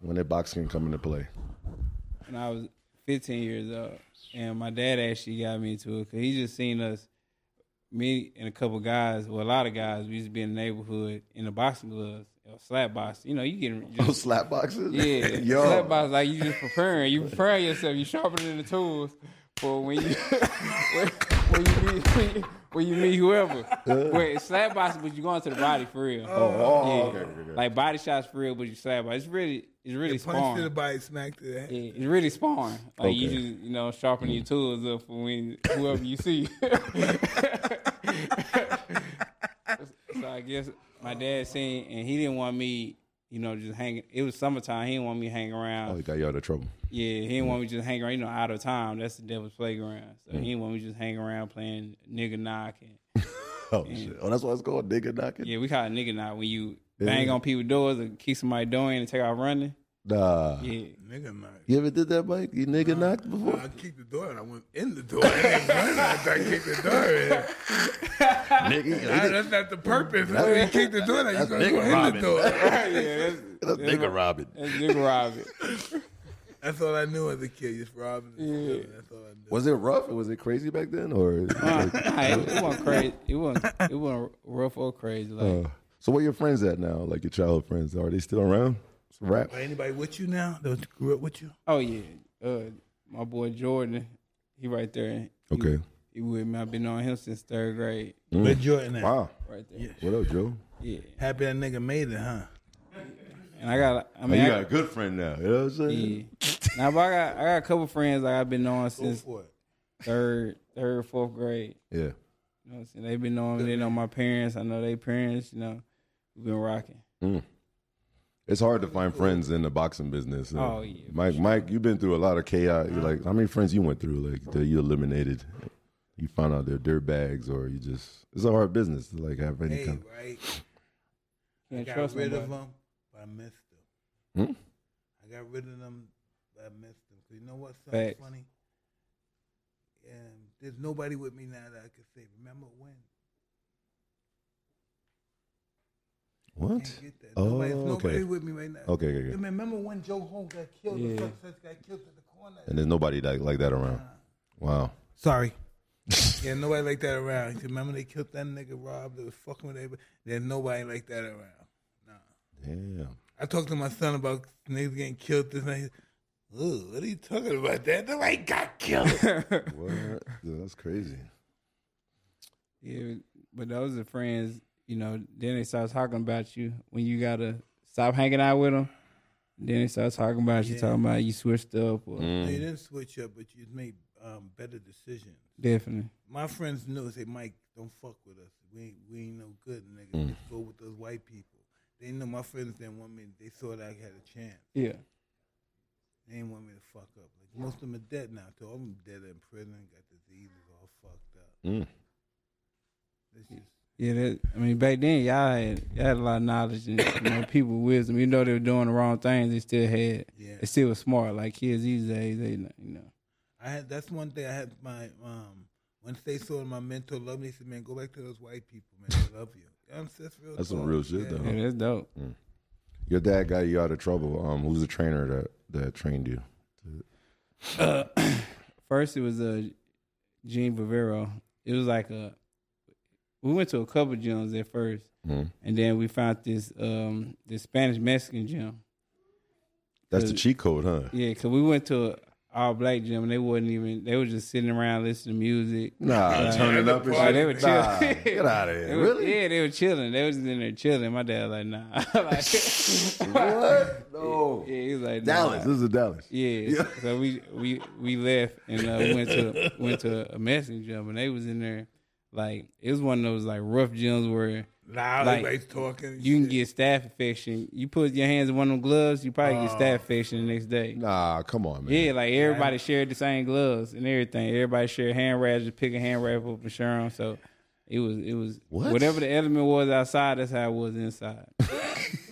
B: When that boxing come into play.
C: when I was 15 years old, and my dad actually got me into it because he just seen us, me and a couple guys, well, a lot of guys. We used to be in the neighborhood in the boxing gloves or slap box. You know, you getting
B: Oh,
C: just
B: slap boxes?
C: Yeah,
B: Yo.
C: slap box like you just preparing. You prepare yourself. You sharpening the tools for when you when, when you meet when you, when you meet whoever. Wait, slap box, but you going to the body for real.
B: Oh, oh, okay, okay, okay.
C: Like body shots for real, but you slap box. It's really it's really
A: Punch to the
C: sparring.
A: body, smack to the head.
C: Yeah, it's really sparring. Like you
B: Okay.
C: just you know sharpen your tools up for when whoever you see. so I guess my dad seen and he didn't want me. You know, just hanging. It was summertime. He didn't want me hanging around.
B: Oh, he got you out of trouble.
C: Yeah, he didn't want me
B: Mm.
C: just hang around. You know, out of time. That's the devil's playground. So he didn't want me just hang around playing nigga knock. And,
B: Oh shit. Oh, that's why it's called nigga knocking.
C: yeah, we call it nigga knock when you bang on people's doors and kick somebody door in and take out running.
B: Nah.
C: Yeah,
A: Nigga, man.
B: You ever did that, Mike? You nigga knocked before?
A: I kicked the door and I went in the door. I didn't run after I kicked the door in.
B: nigga, you
A: Nah,
B: did-
A: that's not the purpose. When you kick the door, now you
B: That's
A: gonna
B: nigga
A: go in the
B: robbing.
A: door.
C: yeah, that's,
B: that's nigga robbing.
C: that's nigga robbing.
A: That's all I knew as a kid, just robbing. and
C: Yeah.
A: stealing. That's all I knew.
B: Was it rough? Was it crazy back then? Or
C: Nah, it, it wasn't crazy. It wasn't. It wasn't rough or crazy. Like
B: Uh, so where your friends at now? Like your childhood friends? Are they still around? It's a wrap.
A: Anybody with you now? That grew up with you?
C: oh yeah, uh, my boy Jordan, he right there. He-
B: Okay.
C: he with me. I've been on him since third grade.
A: Where Jordan at?
B: Mm. Wow.
C: Right there.
B: What up, Joe?
C: Yeah,
A: Happy that nigga made it, huh?
C: and I got. I mean, I-
B: good friend now. You know what I'm
C: Yeah. now, but I got I got a couple friends like I've been knowing
A: Go
C: since
A: for it.
C: third, third, fourth grade.
B: Yeah.
C: You know what I'm saying? They've been knowing me. They know my parents. I know their parents. You know, We've been rocking.
B: It's hard to find friends in the boxing business. Uh,
C: Oh, yeah, for
B: Mike. Mike, you've been through a lot of chaos. You're like, how many friends you went through? Like that you eliminated. You found out they're dirt bags, or you just. It's a hard business to like have any
A: Hey,
B: kind.
A: right. I
C: Can't
A: got
C: trust
A: rid
C: nobody.
A: of them, but I missed them.
B: Hmm?
A: I got rid of them, but I missed them. 'Cause you know what's something
C: Facts.
A: funny? Um, there's nobody with me now that I could say, remember when?
B: What?
A: Can't get that.
B: Oh,
A: Nobody, there's nobody
B: okay.
A: with me right now.
B: Okay, okay,
A: Yeah,
B: okay.
A: man, remember when Joe Holmes got killed?
C: Yeah.
A: The success got killed at the corner.
B: And there's nobody like like that around. Wow.
A: Sorry. yeah, nobody like that around. You remember they killed that nigga Rob that was fucking with everybody? There's nobody like that around. Nah.
B: Damn.
A: I talked to my son about niggas getting killed this night. Ooh, what are you talking about? That nobody got killed.
B: What? Dude, that's crazy.
C: Yeah, but those are friends. You know, then they start talking about you when you gotta stop hanging out with them. Then they start talking about you, talking about you switched up. Or,
A: You didn't switch up, but you made um, better decisions.
C: Definitely.
A: My friends knew. Say, Mike, don't fuck with us. We ain't, we ain't no good, nigga. Just go with those white people. They know my friends didn't want me. They thought I had a chance.
C: Yeah.
A: They didn't want me to fuck up. Like most of them are dead now. So I'm dead in prison. Got diseases all fucked up.
B: Mm.
A: It's just
C: Yeah, that, I mean, back then y'all had, y'all had a lot of knowledge and you know, people wisdom. Even though they were doing the wrong things, they still had.
A: Yeah.
C: They still was smart. Like kids these days, they not- you know.
A: I had that's one thing I had my um once they saw my mentor love me, he said, Man, go back to those white people, man. They love you. You know what I'm saying? That's real
B: That's some
A: talk.
B: real shit,
A: Yeah.
B: though.
C: Yeah, that's dope.
B: Your dad got you out of trouble. Um, who's the trainer that that trained you?
C: First, it was uh, Gene Bavero. It was like a. We went to a couple gyms at first,
B: Mm-hmm.
C: and then we found this um this Spanish Mexican gym.
B: That's the cheat code, huh?
C: Uh, Yeah, cause we went to a all black gym, and they wasn't even. They were just sitting around listening to music.
B: Nah, turn it up and
C: Like,
B: shit.
C: they were chill.
B: Nah, get out of
C: They
B: here.
C: was-
B: Really?
C: Yeah, they were chilling. They was in there chilling. My dad was like, nah. like,
B: What? No.
C: yeah, he was like, nah.
B: Dallas. This is Dallas.
C: Yeah. So we we we left and uh, went to went to a Mexican gym, and they was in there. Like it was one of those like rough gyms where
A: Loud,
C: Like,
A: everybody's talking. and
C: you can
A: shit.
C: get staph infection. You put your hands in one of them gloves, you probably get staph
B: Oh.
C: infection the next day.
B: Nah, come on, man.
C: Yeah, like everybody shared the same gloves and everything. Everybody shared hand wraps, just pick a hand wrap up and share them. So it was it was
B: What?
C: whatever the element was outside, that's how it was inside.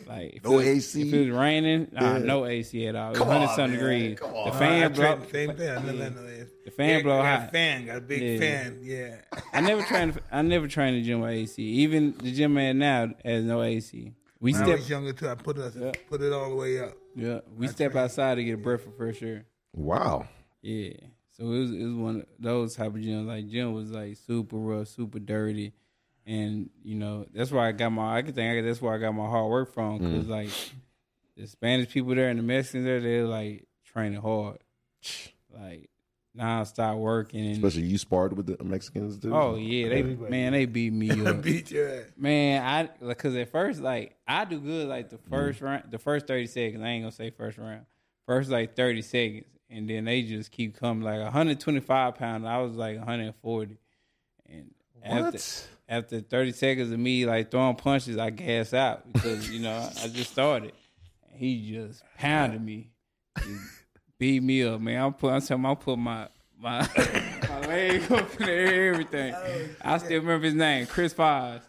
C: like if
B: No
C: it was-
B: AC?
C: If it was raining, nah, no AC at all. It was
B: Come
C: hundred
B: on,
C: something
B: man.
C: degrees.
B: Come on.
C: The
A: I
C: fan
A: tried
C: blow.
A: the same thing. I never had no ass.
C: The fan
A: Yeah,
C: blow
A: I got a
C: hot.
A: fan, got a big
C: Yeah.
A: fan, yeah.
C: I never trained. I never trained the gym with AC. Even the gym man now has no AC. We
A: When I
C: step.
A: was younger too, I put us put it all the way up.
C: Yeah, we step outside to get a breath of fresh air.
B: Wow.
C: Yeah. So it was it was one of those type of gyms. Like gym was like super rough, super dirty, and you know that's why I got my. I could think I, that's where I got my hard work from because like the Spanish people there and the Mexicans there, they're like training hard, like non-stop working. And,
B: Especially you sparred with the Mexicans, dude.
C: oh yeah, they man, they beat me up.
A: Beat your ass.
C: Man, I like because at first, like I do good, like the first round, the first thirty seconds. I ain't gonna say first round, first like thirty seconds, and then they just keep coming. Like one hundred twenty five pound, I was like one hundred forty, and after
B: What?
C: after thirty seconds of me like throwing punches, I gas out because you know I just started. And he just pounded me, Just beat me up, man. I'm put, I'm telling you, I put my my. My leg up in the air, everything. I still remember his name, Chris Fives.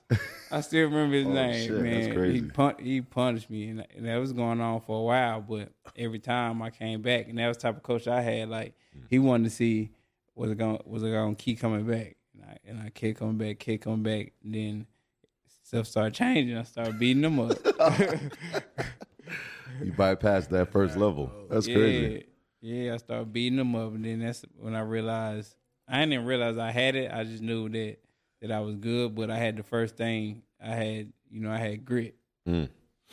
C: I still remember his name,
B: Oh, shit, that's
C: man.
B: crazy.
C: He pun- he punished me, and, and that was going on for a while. But every time I came back, and that was the type of coach I had. Like
B: Mm.
C: he wanted to see was it going was it going to keep coming back, and I and I kept coming back, kept coming back. And then stuff started changing. I started beating them up.
B: You bypassed that first level. That's
C: yeah,
B: crazy.
C: yeah. I started beating them up, and then that's when I realized I didn't realize I had it. I just knew that that I was good, but I had the first thing I had. You know, I had grit.
B: Mm.
C: You know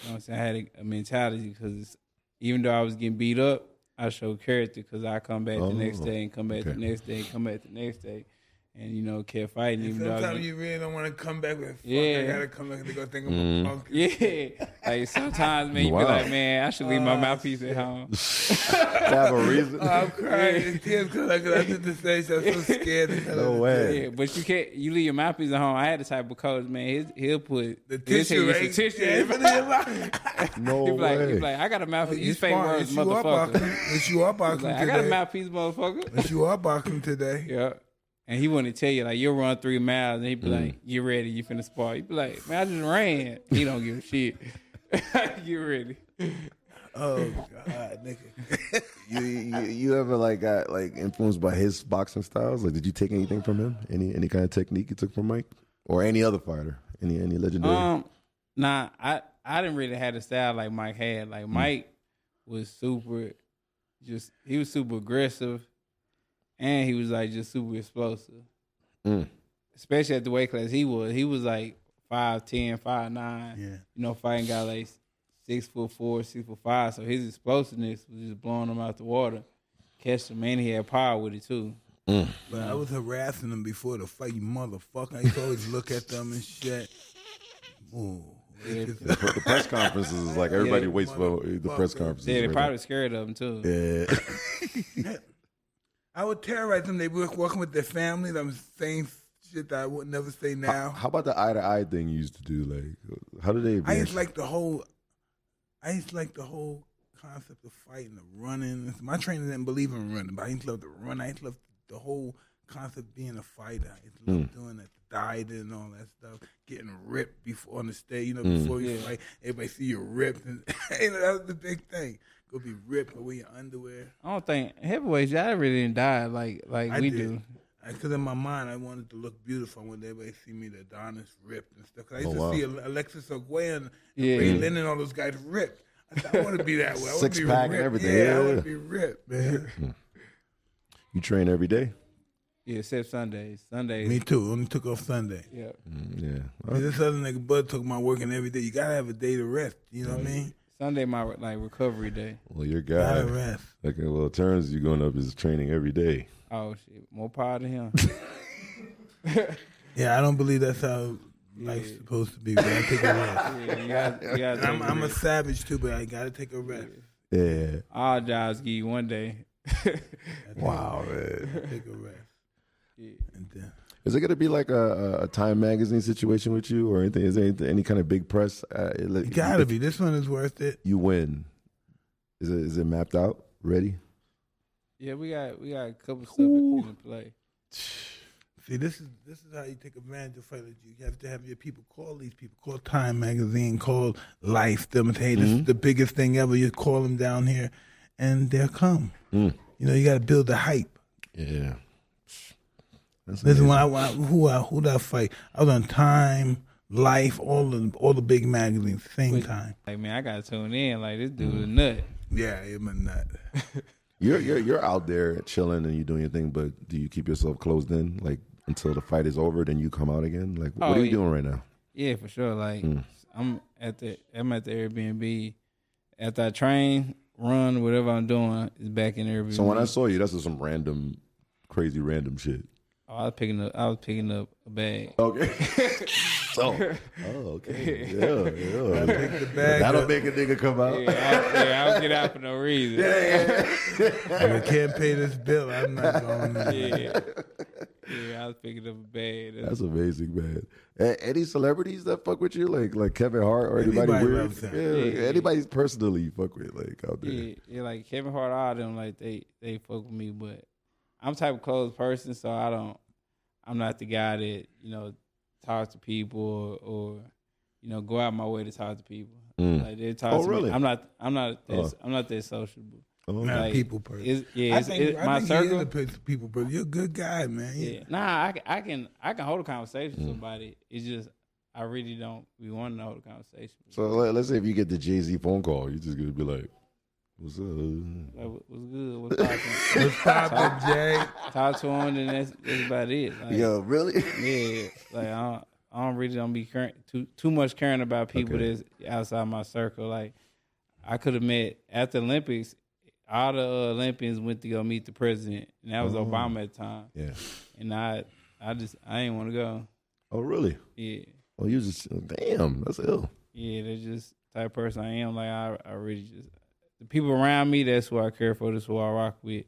C: what I'm saying? I had a, a mentality because even though I was getting beat up, I showed character because I come back the next
B: Oh,
C: day and come back
B: okay.
C: the next day, come back the next day. and you know kept fighting. Even though I
A: Sometimes
C: was-
A: you really don't want to come back with. Fuck, I
C: Yeah. Mm-hmm.
A: gotta come back to go think I'm a punk.
C: yeah, like sometimes man, you
B: Wow.
C: be like, man, I should leave my mouthpiece at home.
B: have a reason.
A: I'm crying in tears because I, 'cause I did the same shit. I'm so scared. to tell
B: No
A: her
B: way.
C: Yeah, but you can't. You leave your mouthpiece at home. I had the type of coach, man. His, he'll put
A: The
C: his
A: tissue,
C: hand-
A: right?
C: it's a tissue.
A: Yeah,
C: He'll
B: No
C: be like,
B: way.
C: he'll be like, I got a mouthpiece. His fake
A: fine.
C: words,
A: It's you up, Ockman.
C: motherfucker.
A: It's you up, Ockman,
C: Like, I got a
A: today.
C: mouthpiece, motherfucker.
A: It's you up, Ockman, today.
C: yeah. And he wouldn't tell you like you'll run three miles, and he'd be like, "You ready? You finna spar?" He'd be like, "Man, I just ran." He don't give a shit. you ready?
A: Oh, God, nigga.
B: you, you, you ever like got like influenced by his boxing styles? Like, did you take anything from him? Any any kind of technique you took from Mike or any other fighter? Any any legendary?
C: Um, nah, I I didn't really have the style like Mike had. Like Mike was super, just he was super aggressive, and he was like just super explosive.
B: Mm.
C: Especially at the weight class he was, he was like five ten, five nine.
A: Yeah.
C: You know, fighting guy like six foot four, six foot five. So his explosiveness was just blowing him out the water. Catch the man, he had power with it too.
A: But I was harassing them before the fight, you motherfucker. I used to always look at them and shit. Ooh.
B: But the press conferences is like everybody
C: Yeah.
B: waits for the press conferences.
C: Yeah, they
B: right
C: probably scared of him too.
B: now. Yeah.
A: I would terrorize them. They were working with their families. I'm saying shit that I would never say now.
B: How about the eye to eye thing you used to do? Like, how did they?
A: I just like the whole. I just like the whole concept of fighting, the running. My trainer didn't believe in running, but I just love to run. I just love the whole concept of being a fighter. I just love
B: Hmm.
A: doing that dieting and all that stuff, getting ripped before on the stage. You know,
B: Hmm.
A: before you fight, everybody see you ripped, and you know, that was the big thing. Go be ripped, but wear your underwear.
C: I don't think heavyweights. Y'all really didn't die like like
A: I
C: we
A: did.
C: do.
A: Because in my mind, I wanted to look beautiful. I wanted everybody to see me, the Adonis ripped and stuff. 'Cause I used
B: Oh,
A: to
B: wow. Mm.
A: see Ale- Alexis Oguay and
C: Yeah.
A: Ray Lynn and all those guys ripped. I said, I want to be that way. I wanna
B: Six
A: be
B: pack and
A: ripped.
B: everything.
A: Yeah, I
B: Yeah,
A: want
B: yeah.
A: to be ripped, man.
B: you train every day.
C: Yeah, except Sundays. Sundays.
A: me too. Only took off Sunday.
C: yeah.
B: Mm, Yeah.
A: And This other nigga Bud took my working every day. You gotta have a day to rest. You know what
B: Mm-hmm.
A: I mean?
C: Sunday my like recovery day.
B: Well, your
A: Gotta
B: guy.
A: rest.
B: Okay. Well, turns you going up is training every day.
C: Oh shit. More power to him.
A: Yeah, I don't believe that's how life's supposed to be. But I take a rest.
C: yeah, you got, you got
A: And I'm, I'm a savage too, but I gotta take a rest.
B: Yeah.
C: all jobs give you one day.
B: Wow, man.
A: Take a rest. And then.
B: Is it going to be like a, a- a Time Magazine situation with you or anything? Is there any, any kind of big press? Uh, it-
A: It gotta be. This one is worth it.
B: You win. Is it, is it mapped out? Ready?
C: yeah, we got we got a couple stuff in play.
A: See, this is this is how you take advantage of fighters. You have to have your people call these people, call Time Magazine, call Life, them and say, hey, this
B: Mm-hmm.
A: is the biggest thing ever. You call them down here, and they'll come.
B: Mm.
A: You know, you got to build the hype.
B: Yeah. That's
A: This is
B: amazing.
A: when I, when I- who I who did I fight? I was on Time, Life, all the all the big magazines, same time.
C: Like man, I gotta tune in. Like this dude a nut.
A: Yeah, I'm a nut.
B: You're, you're, you're out there chilling and you're doing your thing, but do you keep yourself closed in? Like until the fight is over, then you come out again? Like, what
C: Oh,
B: are you
C: yeah.
B: doing right now?
C: Yeah, for sure. Like
B: Hmm.
C: I'm at the I'm at the Airbnb. After I train, run, whatever I'm doing is back in Airbnb.
B: So when I saw you, that's just some random, crazy random shit.
C: oh, I was picking up I was picking up a bag.
B: Okay. so, oh, okay. Yeah, yeah.
A: Take the bag.
B: That'll
A: up.
B: make a nigga come out.
C: Yeah, I, yeah, I don't get out for no reason.
A: I can't pay this bill. I'm not going. nowhere.
C: Yeah. Yeah, I was picking up a bag. That's-
B: That's amazing, man. A- any celebrities that fuck with you, like like Kevin Hart or anybody
A: Anybody
B: weird?
A: loves
B: Yeah,
A: him.
B: like, anybody's personally you fuck with, like out there.
C: Yeah, yeah, like Kevin Hart, all them, like they they fuck with me, but I'm type of closed person, so I don't. I'm not the guy that you know talks to people or, or you know go out my way to talk to people.
B: Mm.
C: Like they talk.
B: Oh,
C: to me.
B: really?
C: I'm not. I'm not. That,
B: Oh.
C: I'm not that sociable.
B: Oh,
A: Not a
C: Like,
A: people person.
C: It's, yeah,
A: I
C: it's,
A: think,
C: it's
A: I
C: my
A: think
C: circle.
A: he is a pe- people, but you're a good guy, man. You-
C: Yeah. Nah, I, can- I can I can hold a conversation with somebody. It's just I really don't be wanting to hold a conversation.
B: So let, us say if you get the Jay Z phone call, you're just gonna be like, "What's up?"
C: Like, what- what's good? What's poppin'?
A: What's poppin', Jay?
C: Talk to him, and that's, that's about it. Like,
B: Yo, really?
C: yeah, like I don't, I don't really don't be current too too much caring about people
B: Okay.
C: that's outside my circle. Like I could have met at the Olympics. All the uh, Olympians went to go meet the president, and that was Obama at the time.
B: yeah.
C: And I I just I ain't want to go.
B: Oh, really?
C: Yeah,
B: Oh, you just damn. That's ill.
C: yeah. That's just the type of person I am. Like I, I really just the people around me. That's who I care for. That's who I rock with.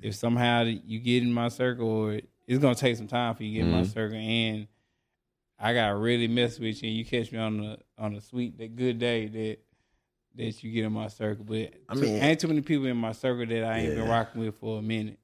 C: If somehow you get in my circle, or it's gonna take some time for you to get in my
B: Mhm.
C: circle, and I got to really mess with you, and you catch me on the on a sweet, that good day that that you get in my circle. But
B: I
C: I
B: mean-
C: mean, ain't too many people in my circle that I ain't been
B: Yeah.
C: rocking with for a minute.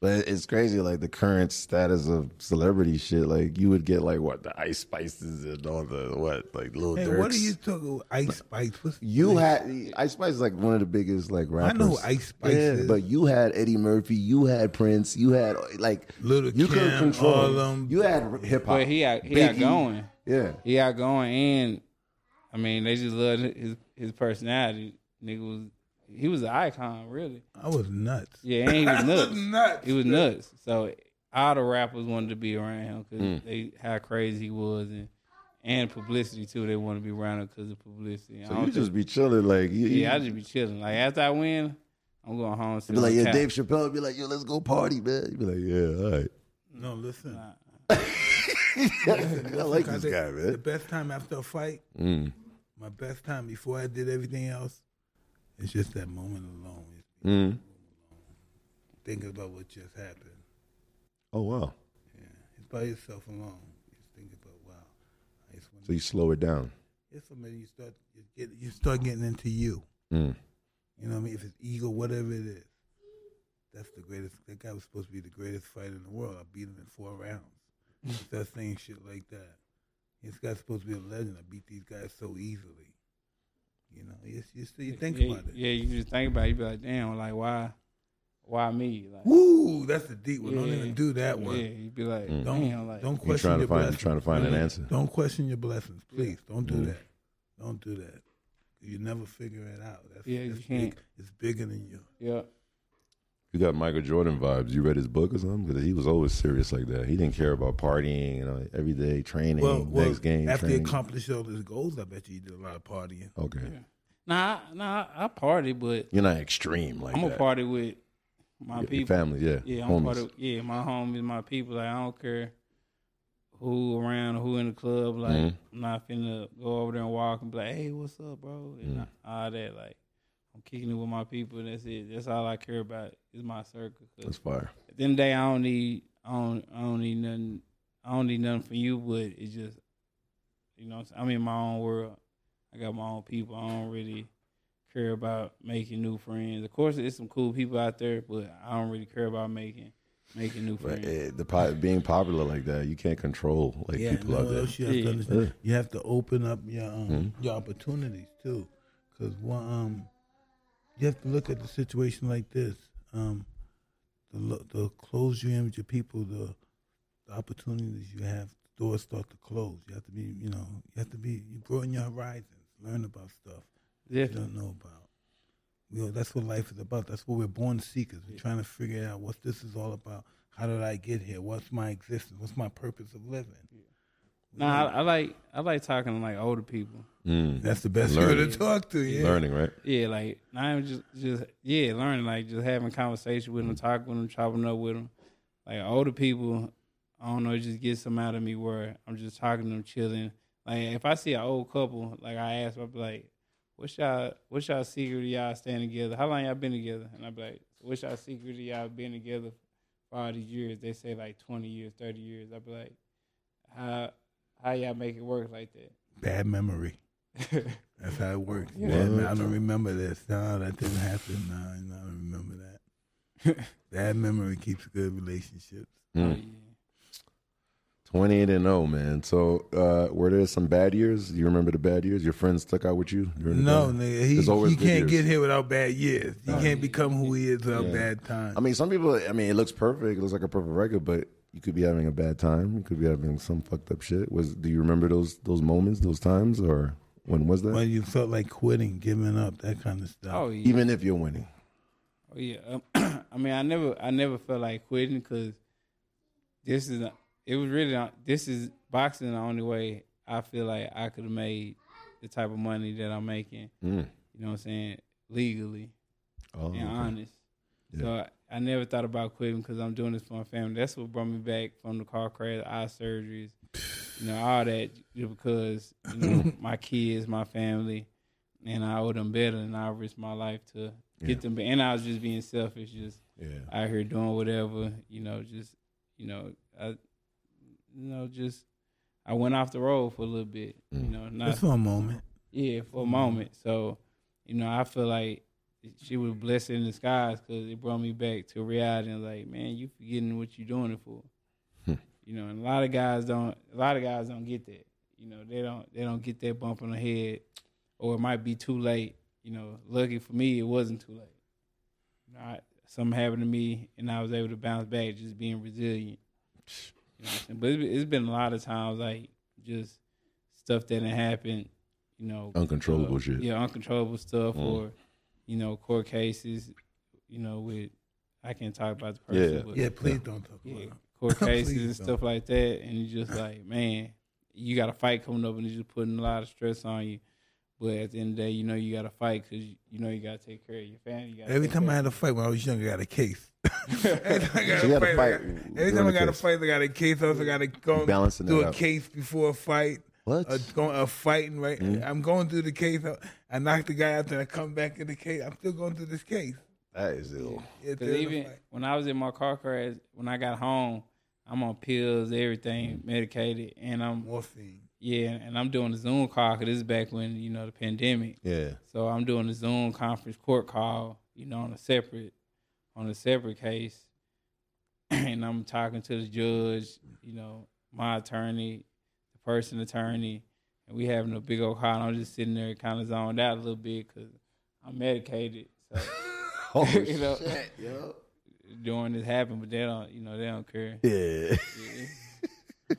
B: But it's crazy, like the current status of celebrity shit. Like you would get like what the Ice Spices and all the what like little
A: Hey,
B: Durks.
A: what are you talking? Ice Spice? What's
B: You had Ice Spice is like one of the biggest like rappers.
A: know who Ice Spice is.
B: but you had Eddie Murphy, you had Prince, you had like
A: Little
B: you
A: Kim,
B: couldn't control
A: all them.
B: You had hip hop.
C: But he out, he
B: Biggie.
C: out going.
B: yeah.
C: he outgoing and I mean they just loved his his personality. Nigga was he was an icon, really.
A: I was nuts.
C: Yeah, and he was nuts.
A: nuts.
C: He was nuts. So all the rappers wanted to be around him because
B: Mm.
C: they how crazy he was and and publicity too. They want to be around him because of publicity. I
B: So
C: don't
B: you
C: think-
B: just be chilling like you,
C: yeah, I just be chilling. Like after I win, I'm going home.
B: be like yeah, Dave Chappelle would be like yo, let's go party, man. You be like yeah, all right.
A: No, listen.
B: I like
A: I
B: this
A: think
B: guy,
A: The
B: man.
A: best time after a fight,
B: Mm.
A: my best time before I did everything else, it's just that moment alone. It's
B: Mm.
A: thinking about what just happened.
B: Oh wow.
A: It's by yourself alone. Just thinking about wow. It's when
B: So you slow it down.
A: it's somebody you start you get you start getting into you.
B: Mm.
A: You know what I mean? If it's ego, whatever it is. That's the greatest. That guy was supposed to be the greatest fighter in the world. I beat him in four rounds. He Start saying shit like that. This guy's supposed to be a legend. I beat these guys so easily. You know, you, you, still- you think
C: yeah,
A: about it.
C: Yeah, you just think about it. You be like, damn, like why, why me? Like,
A: Woo, that's a deep one. Don't
C: Yeah.
A: even do that
C: yeah,
A: one.
C: you be like,
B: Mm.
A: Don't
C: damn, like,
A: don't
B: You're
A: question
B: trying to
A: your Mm-hmm.
B: find
A: blessings.
B: trying to find an answer.
A: Don't question your blessings, please. Don't do
C: Mm-hmm.
B: Mm.
A: that. Don't do that. You never figure it out. That's,
C: Yeah, you
A: that's
C: can't.
A: Big, it's bigger than you.
C: yeah.
B: You got Michael Jordan vibes. You read his book or something? Because he was always serious like that. He didn't care about partying, you know, every day training,
A: Well, well
B: next game
A: after he
B: training.
A: accomplished all his goals, I bet you he did a lot of partying.
B: okay,
C: Nah, I- nah, I party, but
B: you're not extreme like
C: I'm
B: that.
C: a party with my
B: Your- your
C: people.
B: family, yeah,
C: Yeah, I'm
B: homies.
C: part of yeah, my homies, my people. Like I don't care who around, who in the club. Like
B: Mhm.
C: I'm not finna go over there and walk and be like, "Hey, what's up, bro?" And
B: Mm.
C: all that. Like I'm kicking it with my people. And that's it. That's all I care about is my circle. 'Cause
B: That's fire.
C: at the end of the day, I don't need, I don't, I don't need nothing, I don't need nothing from you. But it's just, you know, what I'm, saying? I'm in my own world. I got my own people. I don't really care about making new friends. Of course, there's some cool people out there, but I don't really care about making making new
B: But
C: friends.
B: eh, the po- being popular like that, you can't control like
A: yeah,
B: people
A: and
B: out
A: what
B: there. Hmm?
A: else you have
C: Yeah.
A: to understand? You have to open up your um, your opportunities too, because one um, you have to look at the situation like this: um, the lo- the close you in with your people, the the opportunities you have, doors start to close. You have to be, you know, you have to be you broaden your horizons, learn about stuff you
C: Definitely.
A: don't know about. You know, that's what life is about. That's what we're born seekers. We're trying to figure out what this is all about. How did I get here? What's my existence? What's my purpose of living?
C: Nah, I, I like I like talking to like older people.
B: Mm.
A: That's the best
B: Learn.
A: girl to talk to. Yeah.
B: Learning, right?
C: Yeah, like not even just just yeah, learning like just having conversation with them, talking with them, chopping up with them. Like older people, I don't know, it just get some out of me where I'm just talking to them, chilling. Like if I see an old couple, like I ask, I be like, "What's y'all? What's y'all secret? of Y'all staying together? How long y'all been together?" And I be like, "What's y'all secret? of Y'all been together for all these years?" They say like 20 years, 30 years. I be like, "How how y'all make it work like
A: Bad memory.
C: that?"
A: That's how it works.
C: Yeah.
A: Bad me-
B: What?
A: I don't remember this. No, that didn't happen. No, no, I don't remember that. Bad memory keeps good relationships.
C: Oh,
B: Mm.
C: yeah.
B: Twenty-eight and zero, man. So uh, were there some bad years? You remember the bad years? Your friends stuck out with you? during the
A: No,
B: bad-
A: nigga,
B: There's
A: he,
B: always
A: he
B: good
A: can't
B: years.
A: get here without bad years. He can't become who he is without
B: Yeah.
A: bad times.
B: I mean, some people. I mean, it looks perfect. It looks like a perfect record, but you could be having a bad time. You could be having some fucked up shit. Was do you remember those those moments, those times, or when was that?
A: When you felt like quitting, giving up, that kind of stuff.
C: Oh, yeah.
B: Even if you're winning,
C: Oh yeah, um, I mean, I never, I never felt like quitting because this is, it was really, this is boxing the only way I feel like I could have made the type of money that I'm making.
B: Mm.
C: You know what I'm saying? Legally
B: oh,
C: and
B: okay.
C: honest. So I, I never thought about quitting because I'm doing this for my family. That's what brought me back from the car crash, eye surgeries, you know, all that because you know my kids, my family, and I owe them better, and I risked my life to get them. ba- And I was just being selfish, just
B: Yeah.
C: out here doing whatever, you know, just you know, I, you know, just I went off the road for a little bit, you know, not
A: Just for a moment.
C: yeah, for a moment. So, you know, I feel like she was blessed in disguise because it brought me back to reality. And like, man, you forgetting what you're doing it for. you know, and a lot of guys don't. A lot of guys don't get that. You know, they don't. They don't get that bump on the head, or it might be too late. You know, lucky for me, it wasn't too late. You know, I, something happened to me, and I was able to bounce back, just being resilient. You know what I'm saying? But it's been- it's been a lot of times like just stuff that didn't happen. You know,
B: Uncontrollable
C: uh,
B: shit. Mm.
C: Yeah, uncontrollable stuff, or you know, court cases. You know, with I can't talk about the person.
B: Yeah.
C: but,
A: Yeah, please don't talk about
C: yeah,
A: it.
C: court cases
A: Please
C: and stuff like that, and it's just like, man, you got a fight coming up, and it's just putting a lot of stress on you. But at the end of the day, you know you got to fight because you know you got to take care of your family. You gotta
A: Every
C: take
A: time I
C: care
A: had a fight when I was younger, I got a case. every time I got,
B: So you
A: a,
B: had a
A: fight, I
B: fight
A: got, every time I
B: during the
A: got a
B: case.
A: fight, I got a case. I also got to go
B: Balancing
A: do
B: that
A: a
B: out.
A: case before a fight.
B: What? Mm-hmm.
A: A, going, a fighting, right? I'm going through the case. I, I knock the guy out, then I come back in the case. I'm still going through this case.
B: that is ill.
A: Yeah,
C: Because even when I was in my car crash, when I got home, I'm on pills, everything,
A: Mm.
C: medicated, and I'm
A: morphine.
C: yeah, and I'm doing the Zoom call because this is back when you know the pandemic.
B: Yeah.
C: So I'm doing the Zoom conference court call, you know, on a separate on a separate case, and I'm talking to the judge, you know, my attorney, the person attorney, and we having a big old call. And I'm just sitting there kind of zoned out a little bit because I'm medicated. So.
B: Oh,
C: You know.
B: shit, yo.
C: doing this happen, but they don't, you know, they don't care.
B: Yeah.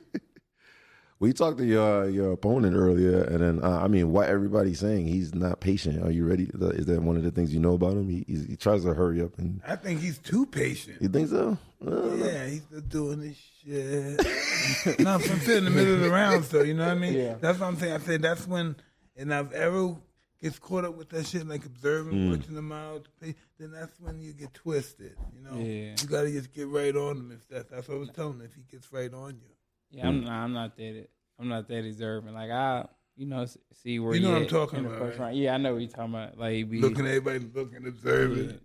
B: we talked to your your opponent earlier, and then uh, I mean, why everybody's saying he's not patient? Are you ready? Is that one of the things you know about him? He he's, he tries to hurry up, and
A: I think he's too patient.
B: you think so? Uh, I don't know.
A: Yeah, he's still doing this shit. no, I'm still in the middle of the round, so you know what I mean?
C: Yeah.
A: That's what I'm saying. I said that's when, and I've ever gets caught up with that shit, like observing,
C: Mm.
A: watching them out, then that's when you get twisted, you know?
C: Yeah.
A: You gotta just get right on him. If that's, that's what I was telling him, if he gets right on you.
C: Yeah, I'm not, I'm not that, I'm not that observant. Like I, you know, s- see where
A: You know
C: he
A: what I'm
C: at
A: talking
C: in the
A: about,
C: first
A: right?
C: round. Yeah, I know what you're talking about. Like he be,
A: Looking at everybody, looking, observing.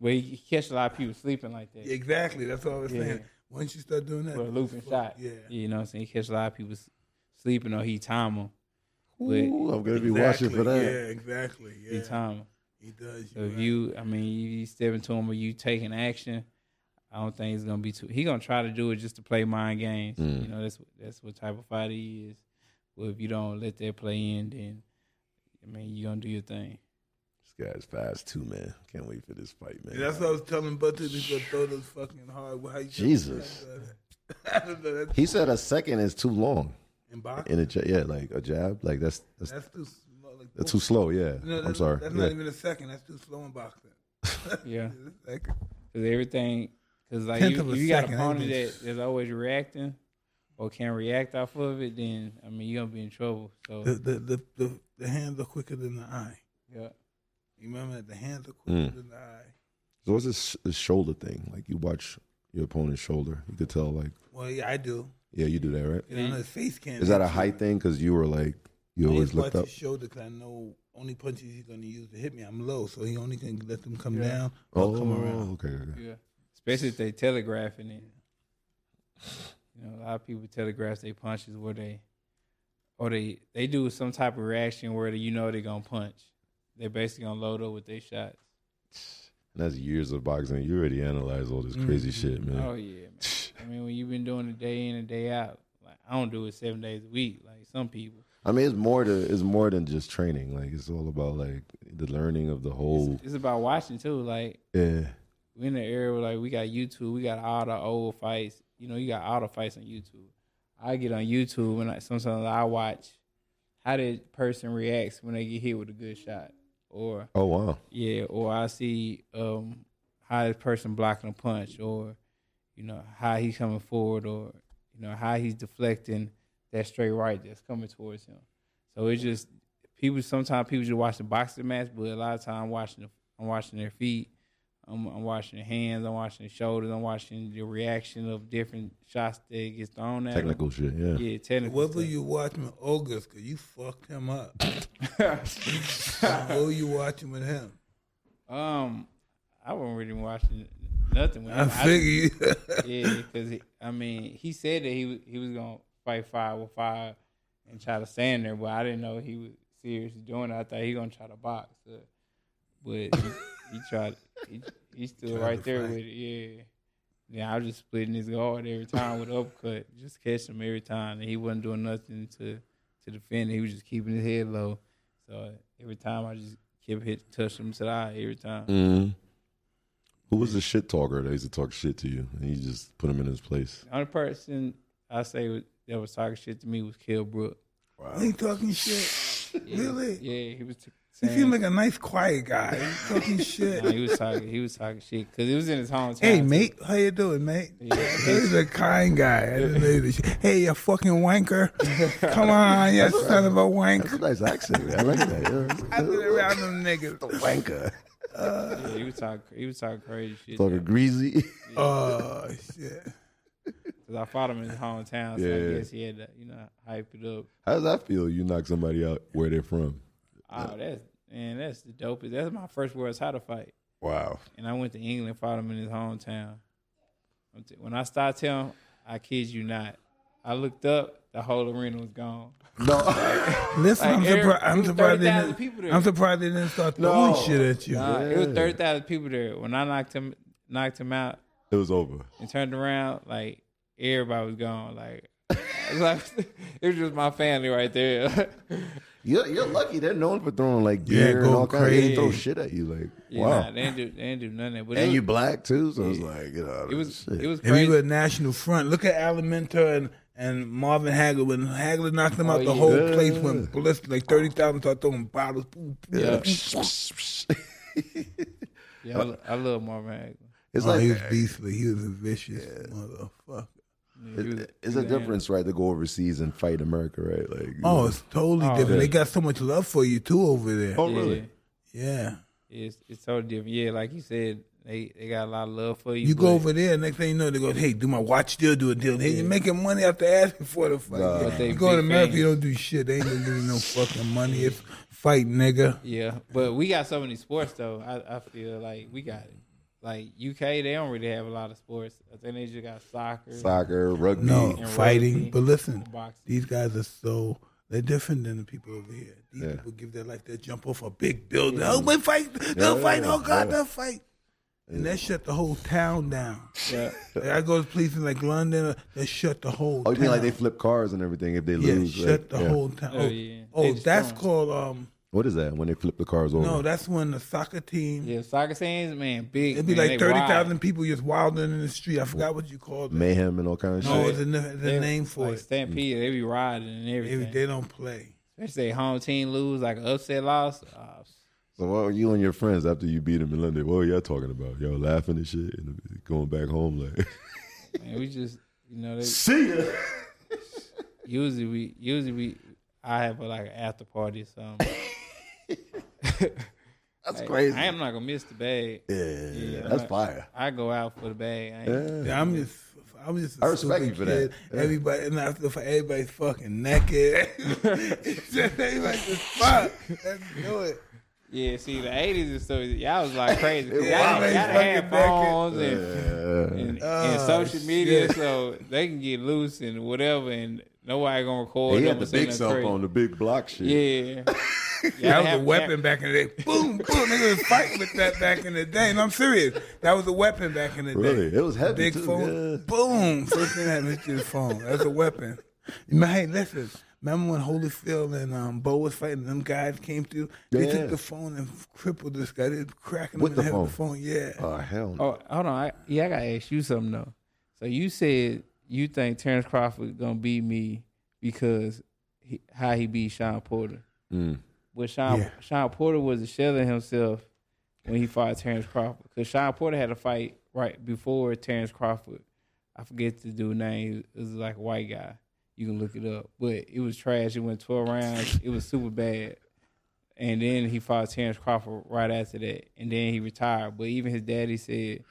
C: but he he catch a lot of people sleeping like that.
A: Exactly, that's what I was saying. Once you start doing that,
C: With a looping shot.
A: Yeah.
C: you know, what I'm saying he catch a lot of people s- sleeping or he time them. But
B: Ooh, I'm gonna be
A: Exactly,
B: watching for that.
A: Yeah, exactly.
C: he
A: Yeah,
C: time 'em.
A: he does.
C: So
A: you're
C: if
A: right.
C: you, I mean, you step into him or you taking action, I don't think it's gonna be too. He gonna try to do it just to play mind games. You know, that's that's what type of fighter he is. Well, if you don't let that play in, then I mean, you gonna do your thing.
B: This guy's fast too, man. Can't wait for this fight, man.
A: And that's what I was telling Butter to go throw those fucking hard. How you
B: Jesus.
A: I don't know. That's,
B: He said a second is too long
A: uh, in boxing,
B: in a ja- yeah, like a jab, like that's that's,
A: that's too slow. Like,
B: that's too slow. Yeah,
A: No,
B: I'm
A: that's-
B: sorry.
A: That's
B: Yeah.
A: not even a second. That's too slow in boxing.
C: Yeah,
A: Like,
C: because everything, because like
A: Tenth
C: you,
A: of a
C: if you got a
A: second, ain't
C: opponent
A: it?
C: that that's always reacting or can react off of it, then I mean, you are gonna be in trouble. So
A: the, the, the, the, the hands are quicker than the eye.
C: yeah,
A: You remember that? The hands are quicker
B: Mm.
A: than the eye.
B: So what's this, this shoulder thing? Like you watch your opponent's shoulder, you could tell. Like
A: Well, yeah, I do.
B: yeah, you do that, right?
A: You know, his face can't.
B: Is that a height thing? Because you were like you
A: I
B: always
A: just watch
B: looked up.
A: his shoulder because I know only punches he's going to use to hit me. I'm low, so he only can let them come down or
B: Oh,
A: come around.
B: okay. okay.
C: yeah. Especially if they telegraphing it. You know, a lot of people telegraph their punches where they, or they they do some type of reaction where they, you know they're gonna punch. They're basically gonna load up with their shots.
B: And that's years of boxing. You already analyze all this crazy
A: Mm-hmm.
B: shit, man.
C: Oh yeah, man. I mean when you've been doing it day in and day out, like I don't do it seven days a week like some people.
B: I mean, it's more to it's more than just training. Like it's all about like the learning of the whole.
C: It's about watching too. Like
B: Yeah,
C: we in the era where like we got YouTube, we got all the old fights. You know, you got all the fights on YouTube. I get on YouTube and I, sometimes I watch how did person reacts when they get hit with a good shot, or
B: Oh wow.
C: yeah, or I see um, how this person blocking a punch, or you know how he's coming forward, or you know how he's deflecting that straight right that's coming towards him. So it's just people. Sometimes people just watch the boxing match, but a lot of time watching the, I'm watching their feet. I'm, I'm watching the hands. I'm watching the shoulders. I'm watching the reaction of different shots that gets thrown at him.
B: Technical shit, yeah.
C: Yeah, technical.
A: Whether
C: stuff.
A: you watching August, cause you fucked him up. Who you watching with him?
C: Um, I wasn't really watching nothing. With
A: I
C: him.
A: figure you.
C: yeah, because I mean, he said that he was he was gonna fight five with five and try to stand there, but I didn't know he was seriously doing it. I thought he gonna try to box, uh, but he, he tried. He, he's still
A: Tried
C: right
A: to
C: there
A: fight.
C: with it. Yeah. Yeah, I was just splitting his guard every time with uppercut, just catch him every time, and he wasn't doing nothing to to defend. He was just keeping his head low. So every time I just kept hit touching him to the eye every time.
B: Mhm. Who was the shit talker that used to talk shit to you, and you just put him in his place?
C: The only person I say was- that was talking shit to me was Kell Brook.
A: Ain't talking shit.
C: Yeah,
A: Really?
C: Yeah, he was t-
A: You
C: saying.
A: seem like a nice, quiet guy. You talking shit.
C: Nah, he was talking. He was talking shit because it was in his hometown.
A: Hey
C: too.
A: mate, how you doing, mate?
C: Yeah.
A: He's a kind guy. I didn't know this shit. Hey, you fucking wanker! Come on, you son of a wanker!
B: a nice accent. I like that.
A: I've been around them niggas.
B: wanker.
C: Yeah, he was talking. He was talking crazy shit.
B: Talking greasy.
A: Oh shit!
C: Because I fought him in his hometown, so
B: Yeah.
C: I guess he had to, you know, hype it up.
B: How does that feel? You knock somebody out where they're from.
C: Oh, that's man, that's the dopest. That's my first world title fight,
B: Wow.
C: and I went to England, fought him in his hometown. I'm t- When I started telling, I kid you not, I looked up, the whole arena was gone.
A: Listen,
C: Like,
A: I'm,
C: Eric,
A: surpri- I'm
C: it was
A: surprised. They
C: 30,000 people
A: didn't,
C: there.
A: I'm surprised they didn't start throwing shit at you.
C: Nah, It was
B: Yeah.
C: thirty thousand people there. When I knocked him, knocked him out,
B: It was over.
C: and turned around, like everybody was gone. Like, I was like it was just my family right there.
B: You're, you're lucky. They're known for throwing like
A: Yeah,
B: beer and
A: go
B: all kinds. They
A: crazy.
B: throw shit at you like
C: yeah,
B: wow.
C: nah, they didn't do, they didn't do none of that. But
B: and
C: it
B: you
C: was,
B: black too, so it's like you know.
C: it was,
B: shit.
C: it was
A: If
C: crazy.
A: you were a national front, look at Alimento and, and Marvin Hagler. When Hagler knocked him out, the
C: Oh, yeah.
A: whole place went ballistic. Like 30,000 started throwing bottles. Boom, boom.
C: Yeah.
B: it's
C: yeah, I, lo- I love Marvin
A: oh,
B: like
A: he was beastly. He was a vicious motherfucker.
C: Hagler. Yeah, he was-
B: it- it's
C: he
B: a
C: was an animal.
B: difference, right, to go overseas and fight America, right? Like
A: Oh, it's totally
C: Oh,
A: different.
C: yeah.
A: They got so much love for you, too, over there.
B: oh really?
A: Yeah.
C: It's it's totally different. Yeah, like you said, they they got a lot of love for you.
A: You go
C: but-
A: over there, next thing you know, they go, hey, do my watch deal, do a deal. Hey, you're making money after asking for the fight.
B: Nah. But
C: they
A: you go to
C: big
A: America, you
C: fans.
A: don't do shit. They ain't gonna give you no fucking money. It's fight, nigga.
C: Yeah, but we got so many sports though. I, I feel like we got it. Like UK, they don't really have a lot of sports. I think they just got soccer,
B: Soccer, rugby.
A: No,
C: And
A: fighting.
C: rugby.
A: But listen,
C: boxing.
A: These guys are so they're different than the people over here. These
B: Yeah. Mm-hmm.
A: people give their life. They jump off a big building. Oh, we fight! They'll
B: Yeah,
A: fight! Oh God,
B: yeah.
A: they'll fight! And that shut the whole town down.
C: Yeah.
A: Like, I go to places like London. uh, They shut the whole.
B: Oh, you
A: town.
B: mean like they flip cars and everything if they
A: yeah,
B: lose?
A: shut
B: like,
A: the
B: yeah.
A: whole town.
C: Oh, yeah.
A: oh
C: They just
A: that's
C: don't.
A: called um.
B: What is that when they flip the cars over?
A: No, that's when the soccer team.
C: Yeah, soccer fans, man, big.
A: It'd be
C: man,
A: like
C: they
A: thirty
C: wild.
A: thousand people just wilding in the street. I forgot what you called it.
B: mayhem and all kinds of
A: No,
B: shit.
A: it's a, n- the
C: They-
A: name for
C: like
A: it.
C: Stampede, they be riding and
A: They,
C: everything.
A: they don't play.
C: Especially home team lose, like an upset loss. Uh,
B: So what were you and your friends after you beat them in London? What were y'all talking about? Y'all laughing and shit and going back home like
C: man, we just, you know, they,
B: see ya.
C: usually we, usually we, I have like an after party or something.
B: That's
C: Like,
B: crazy.
C: I am not gonna miss the bag.
B: yeah,
C: Yeah,
B: that's
C: I'm-
B: fire.
C: I go out for the bag. I ain't,
B: Yeah.
A: Yeah, I'm just. I'm just. a
B: I respect
A: stupid
B: you for that.
A: kid. Everybody, and I feel for everybody's fucking naked. It's just everybody's just fuck. Let's do it.
C: Yeah, see, the eighties and stuff, y'all was like crazy. Y'all,
B: It
C: y'all
A: was. Fucking
C: had phones and,
B: Yeah.
C: and, and
A: Oh,
C: social media,
A: shit.
C: so they can get loose and whatever, and nobody gonna record.
B: He
C: them
B: had
C: or
B: the
C: send
B: big
C: them
B: cell
C: crazy.
B: phone, the big block shit.
C: Yeah,
A: That was a weapon back in the day. Boom, boom. Niggas was fighting with that back in the day. And I'm serious. That was a weapon back in the
B: Really,
A: day.
B: it was heavy
A: Big
B: too.
A: phone.
B: yeah.
A: Boom. First thing that hit your phone. That's a weapon. You know, hey, listen. Remember when Holyfield and um, Bo was fighting? Them guys came through. They
B: Yeah.
A: took the phone and crippled this guy. They was cracking him
B: With
A: in the
B: the
A: head with the phone. Yeah.
B: Oh hell, no.
C: Oh, hold on. I, yeah, I gotta ask you something though. So you said you think Terrence Crawford gonna beat me because he, how he beat Sean Porter.
B: Mm.
C: But Sean
A: Yeah.
C: Sean Porter was shelling himself when he fought Terrence Crawford because Sean Porter had a fight right before Terrence Crawford. I forget the dude name. It was like a white guy. You can look it up, but it was trash. It went twelve rounds. It was super bad. and then he fought Terrence Crawford right after that, and then he retired. But even his daddy said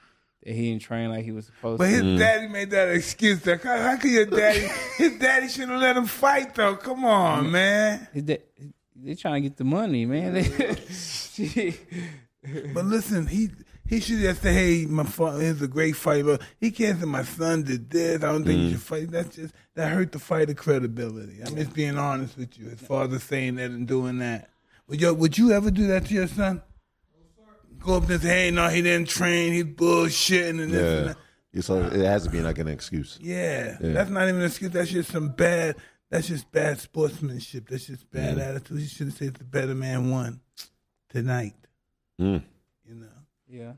C: that he didn't train like he was supposed
A: But
C: to.
A: his daddy made that excuse. That how, how could your daddy? his daddy shouldn't have let him fight though. Come on, man.
C: His da- they trying to get the money, man. They- Shit.
A: But listen, he he should just say, "Hey, my father is a great fighter." He can't say my son did this. I don't think you should fight. That's just that hurt the fighter credibility. I'm just being honest with you. His father saying that and doing that. Would you would you ever do that to your son? Go up there and say, "Hey, no, he didn't train. He's bullshitting and this and
B: Yeah.
A: that."
B: So it has to be like an excuse.
A: Yeah, that's not even an excuse. That's just some bad. That's just bad sportsmanship. That's just bad
B: Mm.
A: attitude. You should have said the better man won tonight.
B: Mm.
A: You know.
C: yeah.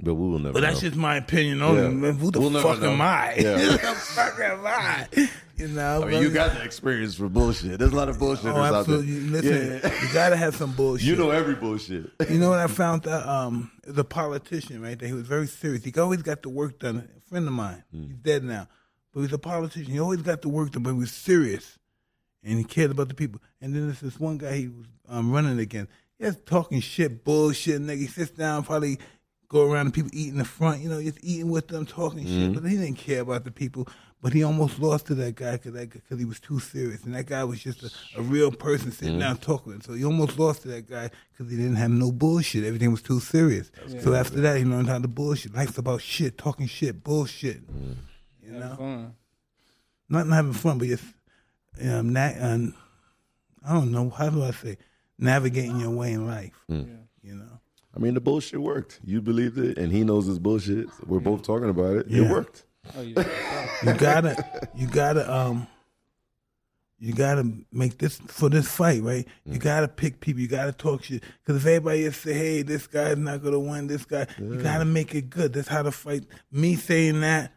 B: But we will never.
A: But that's
B: know.
A: just my opinion on it.
B: Yeah.
A: Man, who the
B: We'll never
A: fuck am
B: know.
A: I?
B: Yeah.
A: who the fuck am I? You know.
B: I mean, you got the experience for bullshit. There's a lot of bullshit
A: Oh,
B: out there.
A: absolutely. Listen,
B: Yeah.
A: you gotta have some bullshit.
B: You know every bullshit.
A: You know what I found out? Um, the politician right there. He was very serious. He always got the work done. A friend of mine.
B: Mm.
A: He's dead now, but he's a politician. He always got the work done, but he was serious, and he cared about the people. And then there's this one guy he was um, running against. He's talking shit, bullshit, nigga. He sits down, probably go around to people eating the front. You know, just eating with them, talking shit. But he didn't care about the people. But he almost lost to that guy because he was too serious, and that guy was just a, a real person sitting down talking. So he almost lost to that guy because he didn't have no bullshit. Everything was too serious. So after that, he learned how to bullshit. Life's about shit, talking shit, bullshit. You
C: Have
A: know,
C: fun.
A: not not having fun, but just um, na- um, I don't know how do I say navigating your way in life. You know,
B: I mean, the bullshit worked. You believed it, and he knows his bullshit. We're both talking about it.
A: Yeah.
B: It worked.
C: Oh yeah.
A: you gotta you gotta um you gotta make this for this fight right you gotta pick people you gotta talk shit because if everybody just say hey this guy's not gonna win this guy you gotta make it good that's how the fight me saying that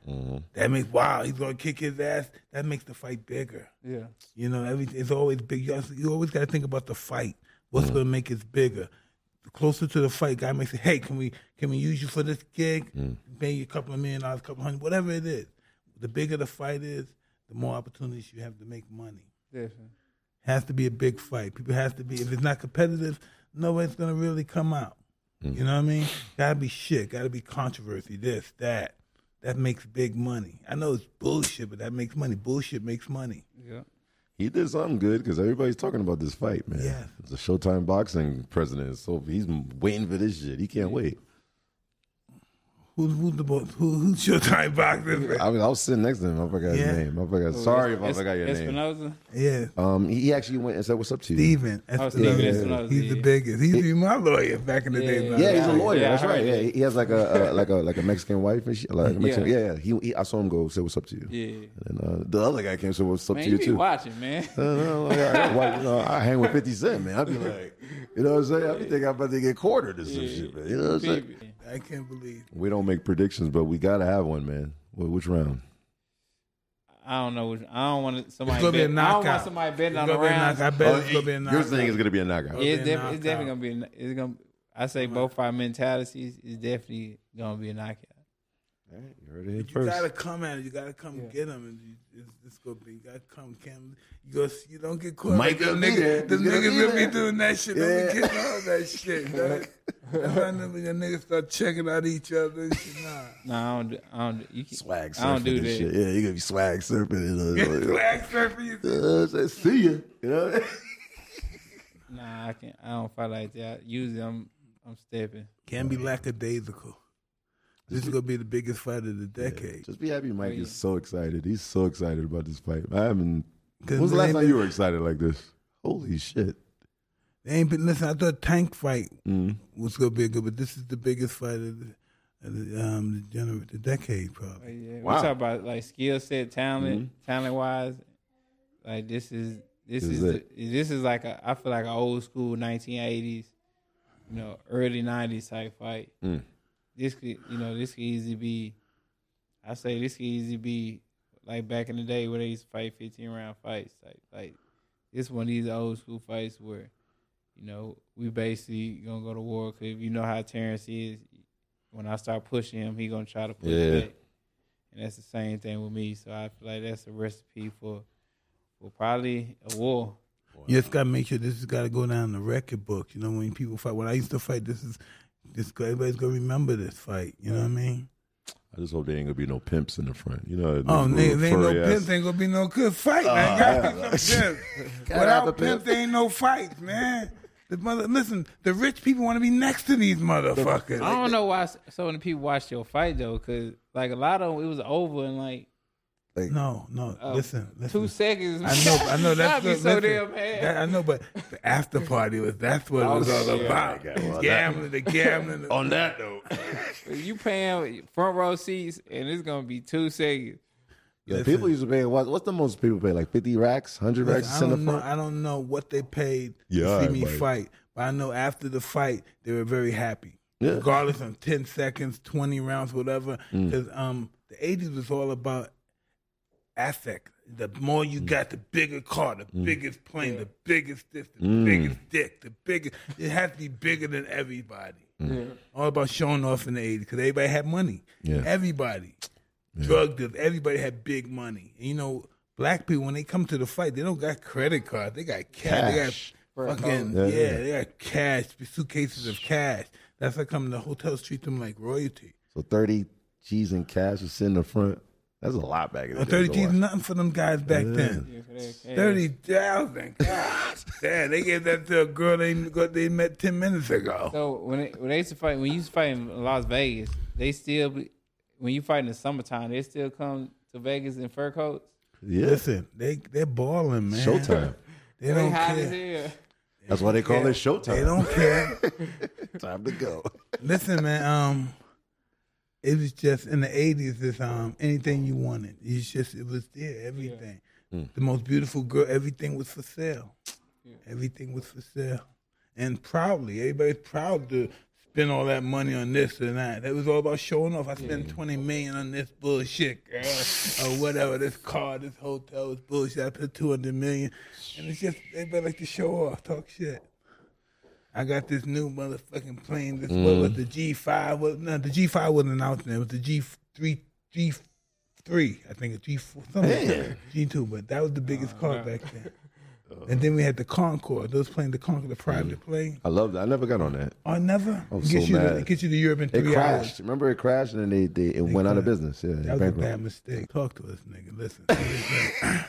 A: that makes wow he's gonna kick his ass that makes the fight bigger
C: yeah.
A: you know, everything it's always big. You, also, you always got to think about the fight. What's going to make it bigger? The closer to the fight, guy may say, "Hey, can we can we use you for this gig? Pay you a couple of million dollars, a couple hundred, whatever it is." The bigger the fight is, the more opportunities you have to make money.
C: Definitely.
A: Has to be a big fight. People has to be. If it's not competitive, nobody's going to really come out. You know what I mean? Gotta be shit. Gotta be controversy. This, that. That makes big money. I know it's bullshit, but that makes money. Bullshit makes money.
C: Yeah.
B: He did something good because everybody's talking about this fight, man.
A: Yeah.
B: The Showtime boxing president, so he's waiting for this shit. He can't wait.
A: Who's who's the boss? Who, who's your time boxer?
B: I mean, I was sitting next to him. I forgot
A: Yeah.
B: his name. I forgot. Sorry if I
C: Es-
B: forgot your name.
C: Espinoza.
A: Yeah,
B: Um, he he actually went and said, "What's up to you?"
A: Steven.
C: Oh,
A: That's the-
C: Steven
B: yeah.
C: Espinoza.
A: He's the biggest. He used to be my lawyer back in the day.
C: Yeah.
A: man.
B: Yeah, he's a lawyer.
C: Yeah,
B: That's
C: I
B: right.
C: heard
B: Yeah, he has like a uh, like a like a Mexican wife and shit. Like a Mexican, yeah. yeah. He, he I saw him go say what's up to you.
C: Yeah.
B: And uh, the other guy came said what's up
C: Man,
B: to
C: you
B: you
C: be
B: too. Uh,
C: watching, man.
B: No, no, no, I, I- why- you know, I hang with 50 Cent, man. I'd be like, you know what I'm saying? I be thinking I'm about to get quartered or some shit, man. You know what I'm saying?
C: Baby.
A: I can't believe.
B: We don't make predictions, but we got to have one, man. Wh- Which round?
C: I don't know. Which, I don't want somebody.
A: It's gonna be a
C: bet- I don't want
A: knockout.
C: somebody betting
A: It's
C: on
A: gonna
C: the
A: be a
C: rounds.
A: knockout. I bet
B: Oh,
A: it's gonna be a knockout.
B: You're saying it's going to be a knockout.
A: Yeah.
C: Uh, Yeah,
A: It'll
C: it's,
A: be a
C: def- it's
A: knockout.
C: definitely gonna be. A, kn- it's gonna. I say both our mentalities is definitely gonna be a knockout.
B: All right, you heard it here
A: you
B: first.
A: gotta come at it. You gotta come get him. And you, it's, it's gonna be. You gotta come, Cam. You go. You don't get caught.
B: Mike
A: the
B: gonna be there.
A: niggas, the
B: He's gonna
A: niggas
B: be
A: will be
B: there.
A: doing that shit. Don't be
B: Yeah.
A: getting all that shit. man. That's why none of your niggas start checking out each other. and shit. Nah.
C: No, I don't. Do, I don't. Do, you can,
B: swag surfing
C: I don't do
B: and
C: that.
B: shit. Yeah, you're going to be swag surfing. You know,
A: Get
B: like,
A: flag surfing.
B: you know what I'm saying? See ya. You know?
C: Nah, I can't. I don't fight like that. Usually, I'm. I'm stepping.
A: Can be lackadaisical. This is gonna be the biggest fight of the decade.
B: Just be happy Mike
C: yeah.
B: is so excited. He's so excited about this fight. I haven't.
A: Cause
B: When was the last
A: they-
B: time you were excited like this? Holy shit.
A: They ain't been listen. I thought Tank fight
B: Mm-hmm.
A: was gonna be good, but this is the biggest fight of the, of the, um, the, gener- the decade,
C: But
A: probably.
C: Yeah,
B: Wow.
C: We talk about like skill set, talent, talent wise. Like this is this,
B: This
C: is,
B: is
C: the- this is like a I feel like an old school 1980s, you know, early 90s type fight.
B: Mm.
C: This could you know this could easily be, I say this could easily be like back in the day where they used to fight 15 round fights. Like like this one of these old school fights where, you know, we basically gonna go to war. Cause if you know how Terrence is, when I start pushing him, he gonna try to push
B: Yeah.
C: back. And that's the same thing with me. So I feel like that's a recipe for, for probably a war.
A: You just gotta make sure this has gotta go down in the record book. You know, when people fight, when I used to fight, this is this. Everybody's gonna remember this fight. You know what I mean?
B: I just hope there ain't gonna be no pimps in the front. You know,
A: Oh,
B: these
A: niggas ain't
B: little
A: no
B: furry ass-
A: pimps. Ain't gonna be no good fight. man. Gotta have some pimps.
B: have a
A: Without
B: pimp.
A: pimps, there ain't no fights, man. The mother, listen, the rich people want to be next to these motherfuckers.
C: I don't know why s- so many people watched your fight though, because like a lot of them, it was over in like
A: No, no. listen, listen.
C: two seconds.
A: I know, I know. That's
C: I'd be
A: the-
C: so
A: listen,
C: damn mad.
A: that- I know, but the after party was that's what it was all about. gambling, the gambling.
B: On that note,
C: you paying front row seats, and it's gonna be two seconds.
B: yeah, people used to pay. What, what's the most people pay? Like fifty racks, hundred racks
A: I
B: in the
A: don't know.
B: front.
A: I don't know what they paid
B: Yeah,
A: to see
B: alright,
A: me
B: buddy.
A: fight, but I know after the fight they were very happy.
B: Yeah. Mm.
A: Regardless of ten seconds, twenty rounds, whatever, because um, the eighties was all about affect. The more
B: Mm.
A: you got, the bigger car, the biggest plane, the biggest this, the
B: Mm.
A: biggest dick, the biggest. It has to be bigger than everybody. All about showing off in the eighties because everybody had money.
B: Yeah.
A: Everybody drug dealers. Everybody had big money. And you know, black people when they come to the fight, they don't got credit cards. They got cash.
B: Cash.
A: They got fucking
B: Yeah,
A: yeah,
B: yeah.
A: They got cash, suitcases of cash. That's how come the hotels treat them like royalty.
B: So thirty G's in cash was sitting in the front. That's a lot back in the
A: But
B: day.
A: Oh, thirty
B: to
A: G's
B: watch.
A: nothing for them guys back then. Thirty thousand. Yeah, they gave that to a girl they they met ten minutes ago.
C: So when it, when they used to fight, when you used to fight in Las Vegas, they still be- when you fight in the summertime, they still come to Vegas in fur coats.
B: Yeah,
A: Listen, they they're balling, man.
B: showtime.
A: They
C: They
A: don't
C: hot as
A: care.
C: hell.
B: That's why they call it
A: They
B: showtime.
A: don't care.
B: Time to go.
A: Listen, man. Um, it was just in the eighties. It's um anything you wanted. It's just it was there. Everything. The most beautiful girl. Everything was for sale. Everything was for sale, and proudly, everybody's proud to spend all that money on this and that. It was all about showing off. I spent twenty million on this bullshit, girl, or whatever. This car, this hotel, this bullshit. I put two hundred million, and it's just everybody like to show off, talk shit. I got this new motherfucking plane. This what
B: Mm.
A: was the G five? What no, the G five wasn't out there. It was the G three, G three. I think a G four, something G two. But that was the biggest car back then. And then we had the Concorde. Those planes, the Concorde, the private plane.
B: I love that. I never got on that.
A: Or never
B: Mm. I'm
A: get
B: so
A: you to
B: mad.
A: get you to Europe in
B: It
A: three
B: crashed.
A: hours.
B: Remember, it crashed and then they, they it went out of business. Yeah,
A: That was a
B: bankrupt.
A: bad mistake. Talk to us, nigga. Listen.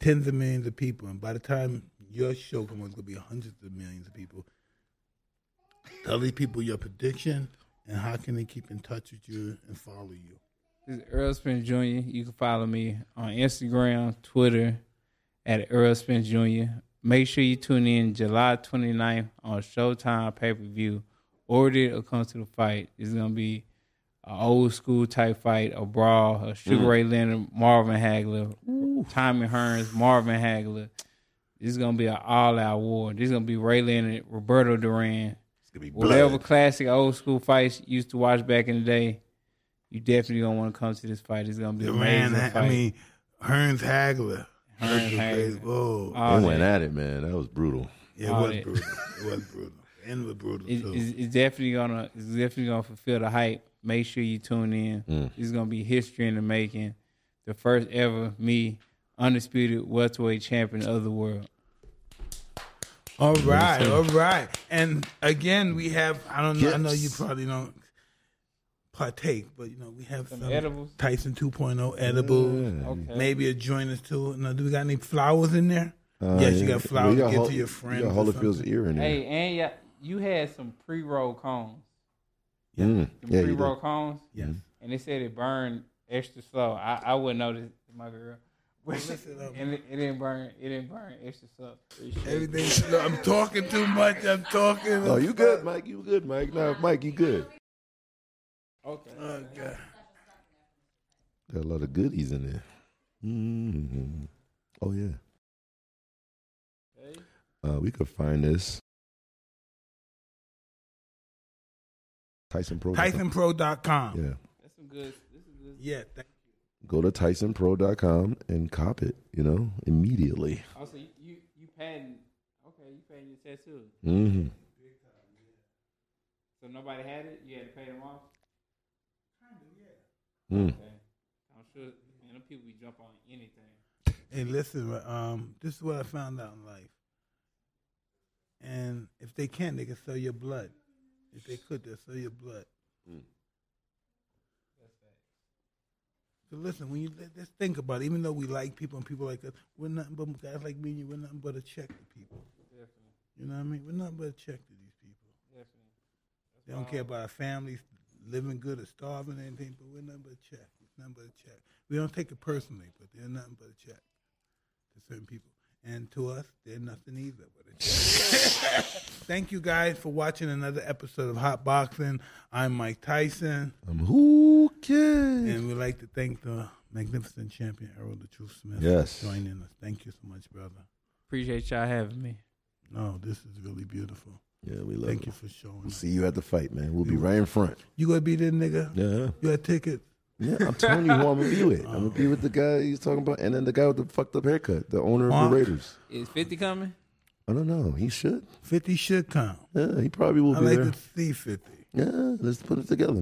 A: Tens of millions of people, and by the time your show comes, it's gonna be hundreds of millions of people. Tell these people your prediction and how can they keep in touch with you and follow you.
C: This is Earl Spence Jr. You can follow me on Instagram, Twitter, at Earl Spence Jr. Make sure you tune in July 29th on Showtime pay per view. Order it or come to the fight. It's going to be an old school type fight, a brawl, a Sugar Ray Leonard, Marvin Hagler, Tommy Hearns, Marvin Hagler. This is going to be an all out war. This is going to be Ray Leonard, Roberto Duran. It's
B: gonna be
C: Whatever classic old school fights you used to watch back in the day, you definitely gonna want to come to this fight. It's gonna be an amazing
A: Duran,
C: fight.
A: I mean, Hearns Hagler.
C: Hearns Hagler. Uh,
A: Whoa.
C: All
B: they
C: that.
B: went at it, man. That was brutal.
A: yeah, it
C: all
A: was
C: that.
A: brutal. It was brutal. And was brutal,
C: uh, It-
A: too.
C: it's, it's definitely gonna it's definitely gonna fulfill the hype. Make sure you tune in.
B: Mm.
C: It's gonna be history in the making. The first ever me undisputed welterweight champion of the world.
A: All right, all right. And again, we have I don't know. I know you
B: Yes.
A: probably don't partake, but you know we have some,
C: edibles?
A: Tyson 2.0 edibles.
B: Uh,
C: Okay.
A: Maybe a joint or two. Now, do we got any flowers in there?
B: Uh,
A: yes, you
B: yeah.
A: got flowers.
B: We
A: to give
B: Hol-
A: to your
B: we
A: friends.
B: got
A: or
B: Holyfield's
A: something.
B: ear in there.
C: Hey, and yeah, you had some pre roll cones.
B: Mm.
C: Some
B: Yeah,
C: pre
B: you
C: roll
B: did.
C: cones.
A: Yes.
C: And they said it burned extra slow. I, I wouldn't know this, my girl.
A: listen up.
C: and it, it didn't burn. It didn't burn extra slow.
A: Everything. no, I'm talking too much. I'm talking.
B: No, Oh, you good, Mike. You good, Mike. No, Mike, you good.
C: Okay.
A: Oh, God.
B: Got a lot of goodies in there. mm Oh yeah. Uh, we could find this. Tyson Pro.
A: TysonPro.com.
B: Yeah.
C: That's some good. This is good.
A: Yeah. thank-
B: Go to TysonPro.com and cop it. You know immediately.
C: Also, you you, you patent. Okay, you patent your tattoo.
B: hmm
C: So nobody had it. You had to pay them off.
B: Mm.
C: Okay. I'm sure. Man, them people be jump on anything.
A: Hey, listen, um, this is what I found out in life. And if they can, they can sell your blood. If they could, they'll sell your blood. So listen, when you let- just think about it, even though we like people and people like us, we're nothing but guys like me and you, we're nothing but a check to people.
C: Definitely,
A: You know what I mean? We're nothing but a check to these people.
C: definitely.
A: They don't care about our families living good or starving or anything, but we're nothing but a check. It's nothing but a check. We don't take it personally, but they're nothing but a check to certain people. And to us, they're nothing either but a check. Thank you guys for watching another episode of Hot Boxing. I'm Mike Tyson,
B: I'm Um, who cares?
A: and we'd like to thank the magnificent champion, Errol the Truth Smith,
B: Yes.
A: for joining us. Thank you so much, brother.
C: Appreciate y'all having me.
A: No, this is really beautiful.
B: Yeah, we love
A: Thank you for
B: you.
A: showing
B: We'll
A: us.
B: see you at the fight, man. We'll be right in front.
A: You gonna be there, nigga?
B: Yeah.
A: You got tickets?
B: Yeah, I'm telling you who I'm gonna be with. I'm gonna be with the guy he's talking about, and then the guy with the fucked up haircut, the owner of
A: Mark.
B: the Raiders.
C: Is Fifty coming?
B: I don't know. He should.
A: 50 should come.
B: Yeah, he probably will
A: I
B: be
A: like
B: there.
A: to see 50.
B: Yeah, let's put it together.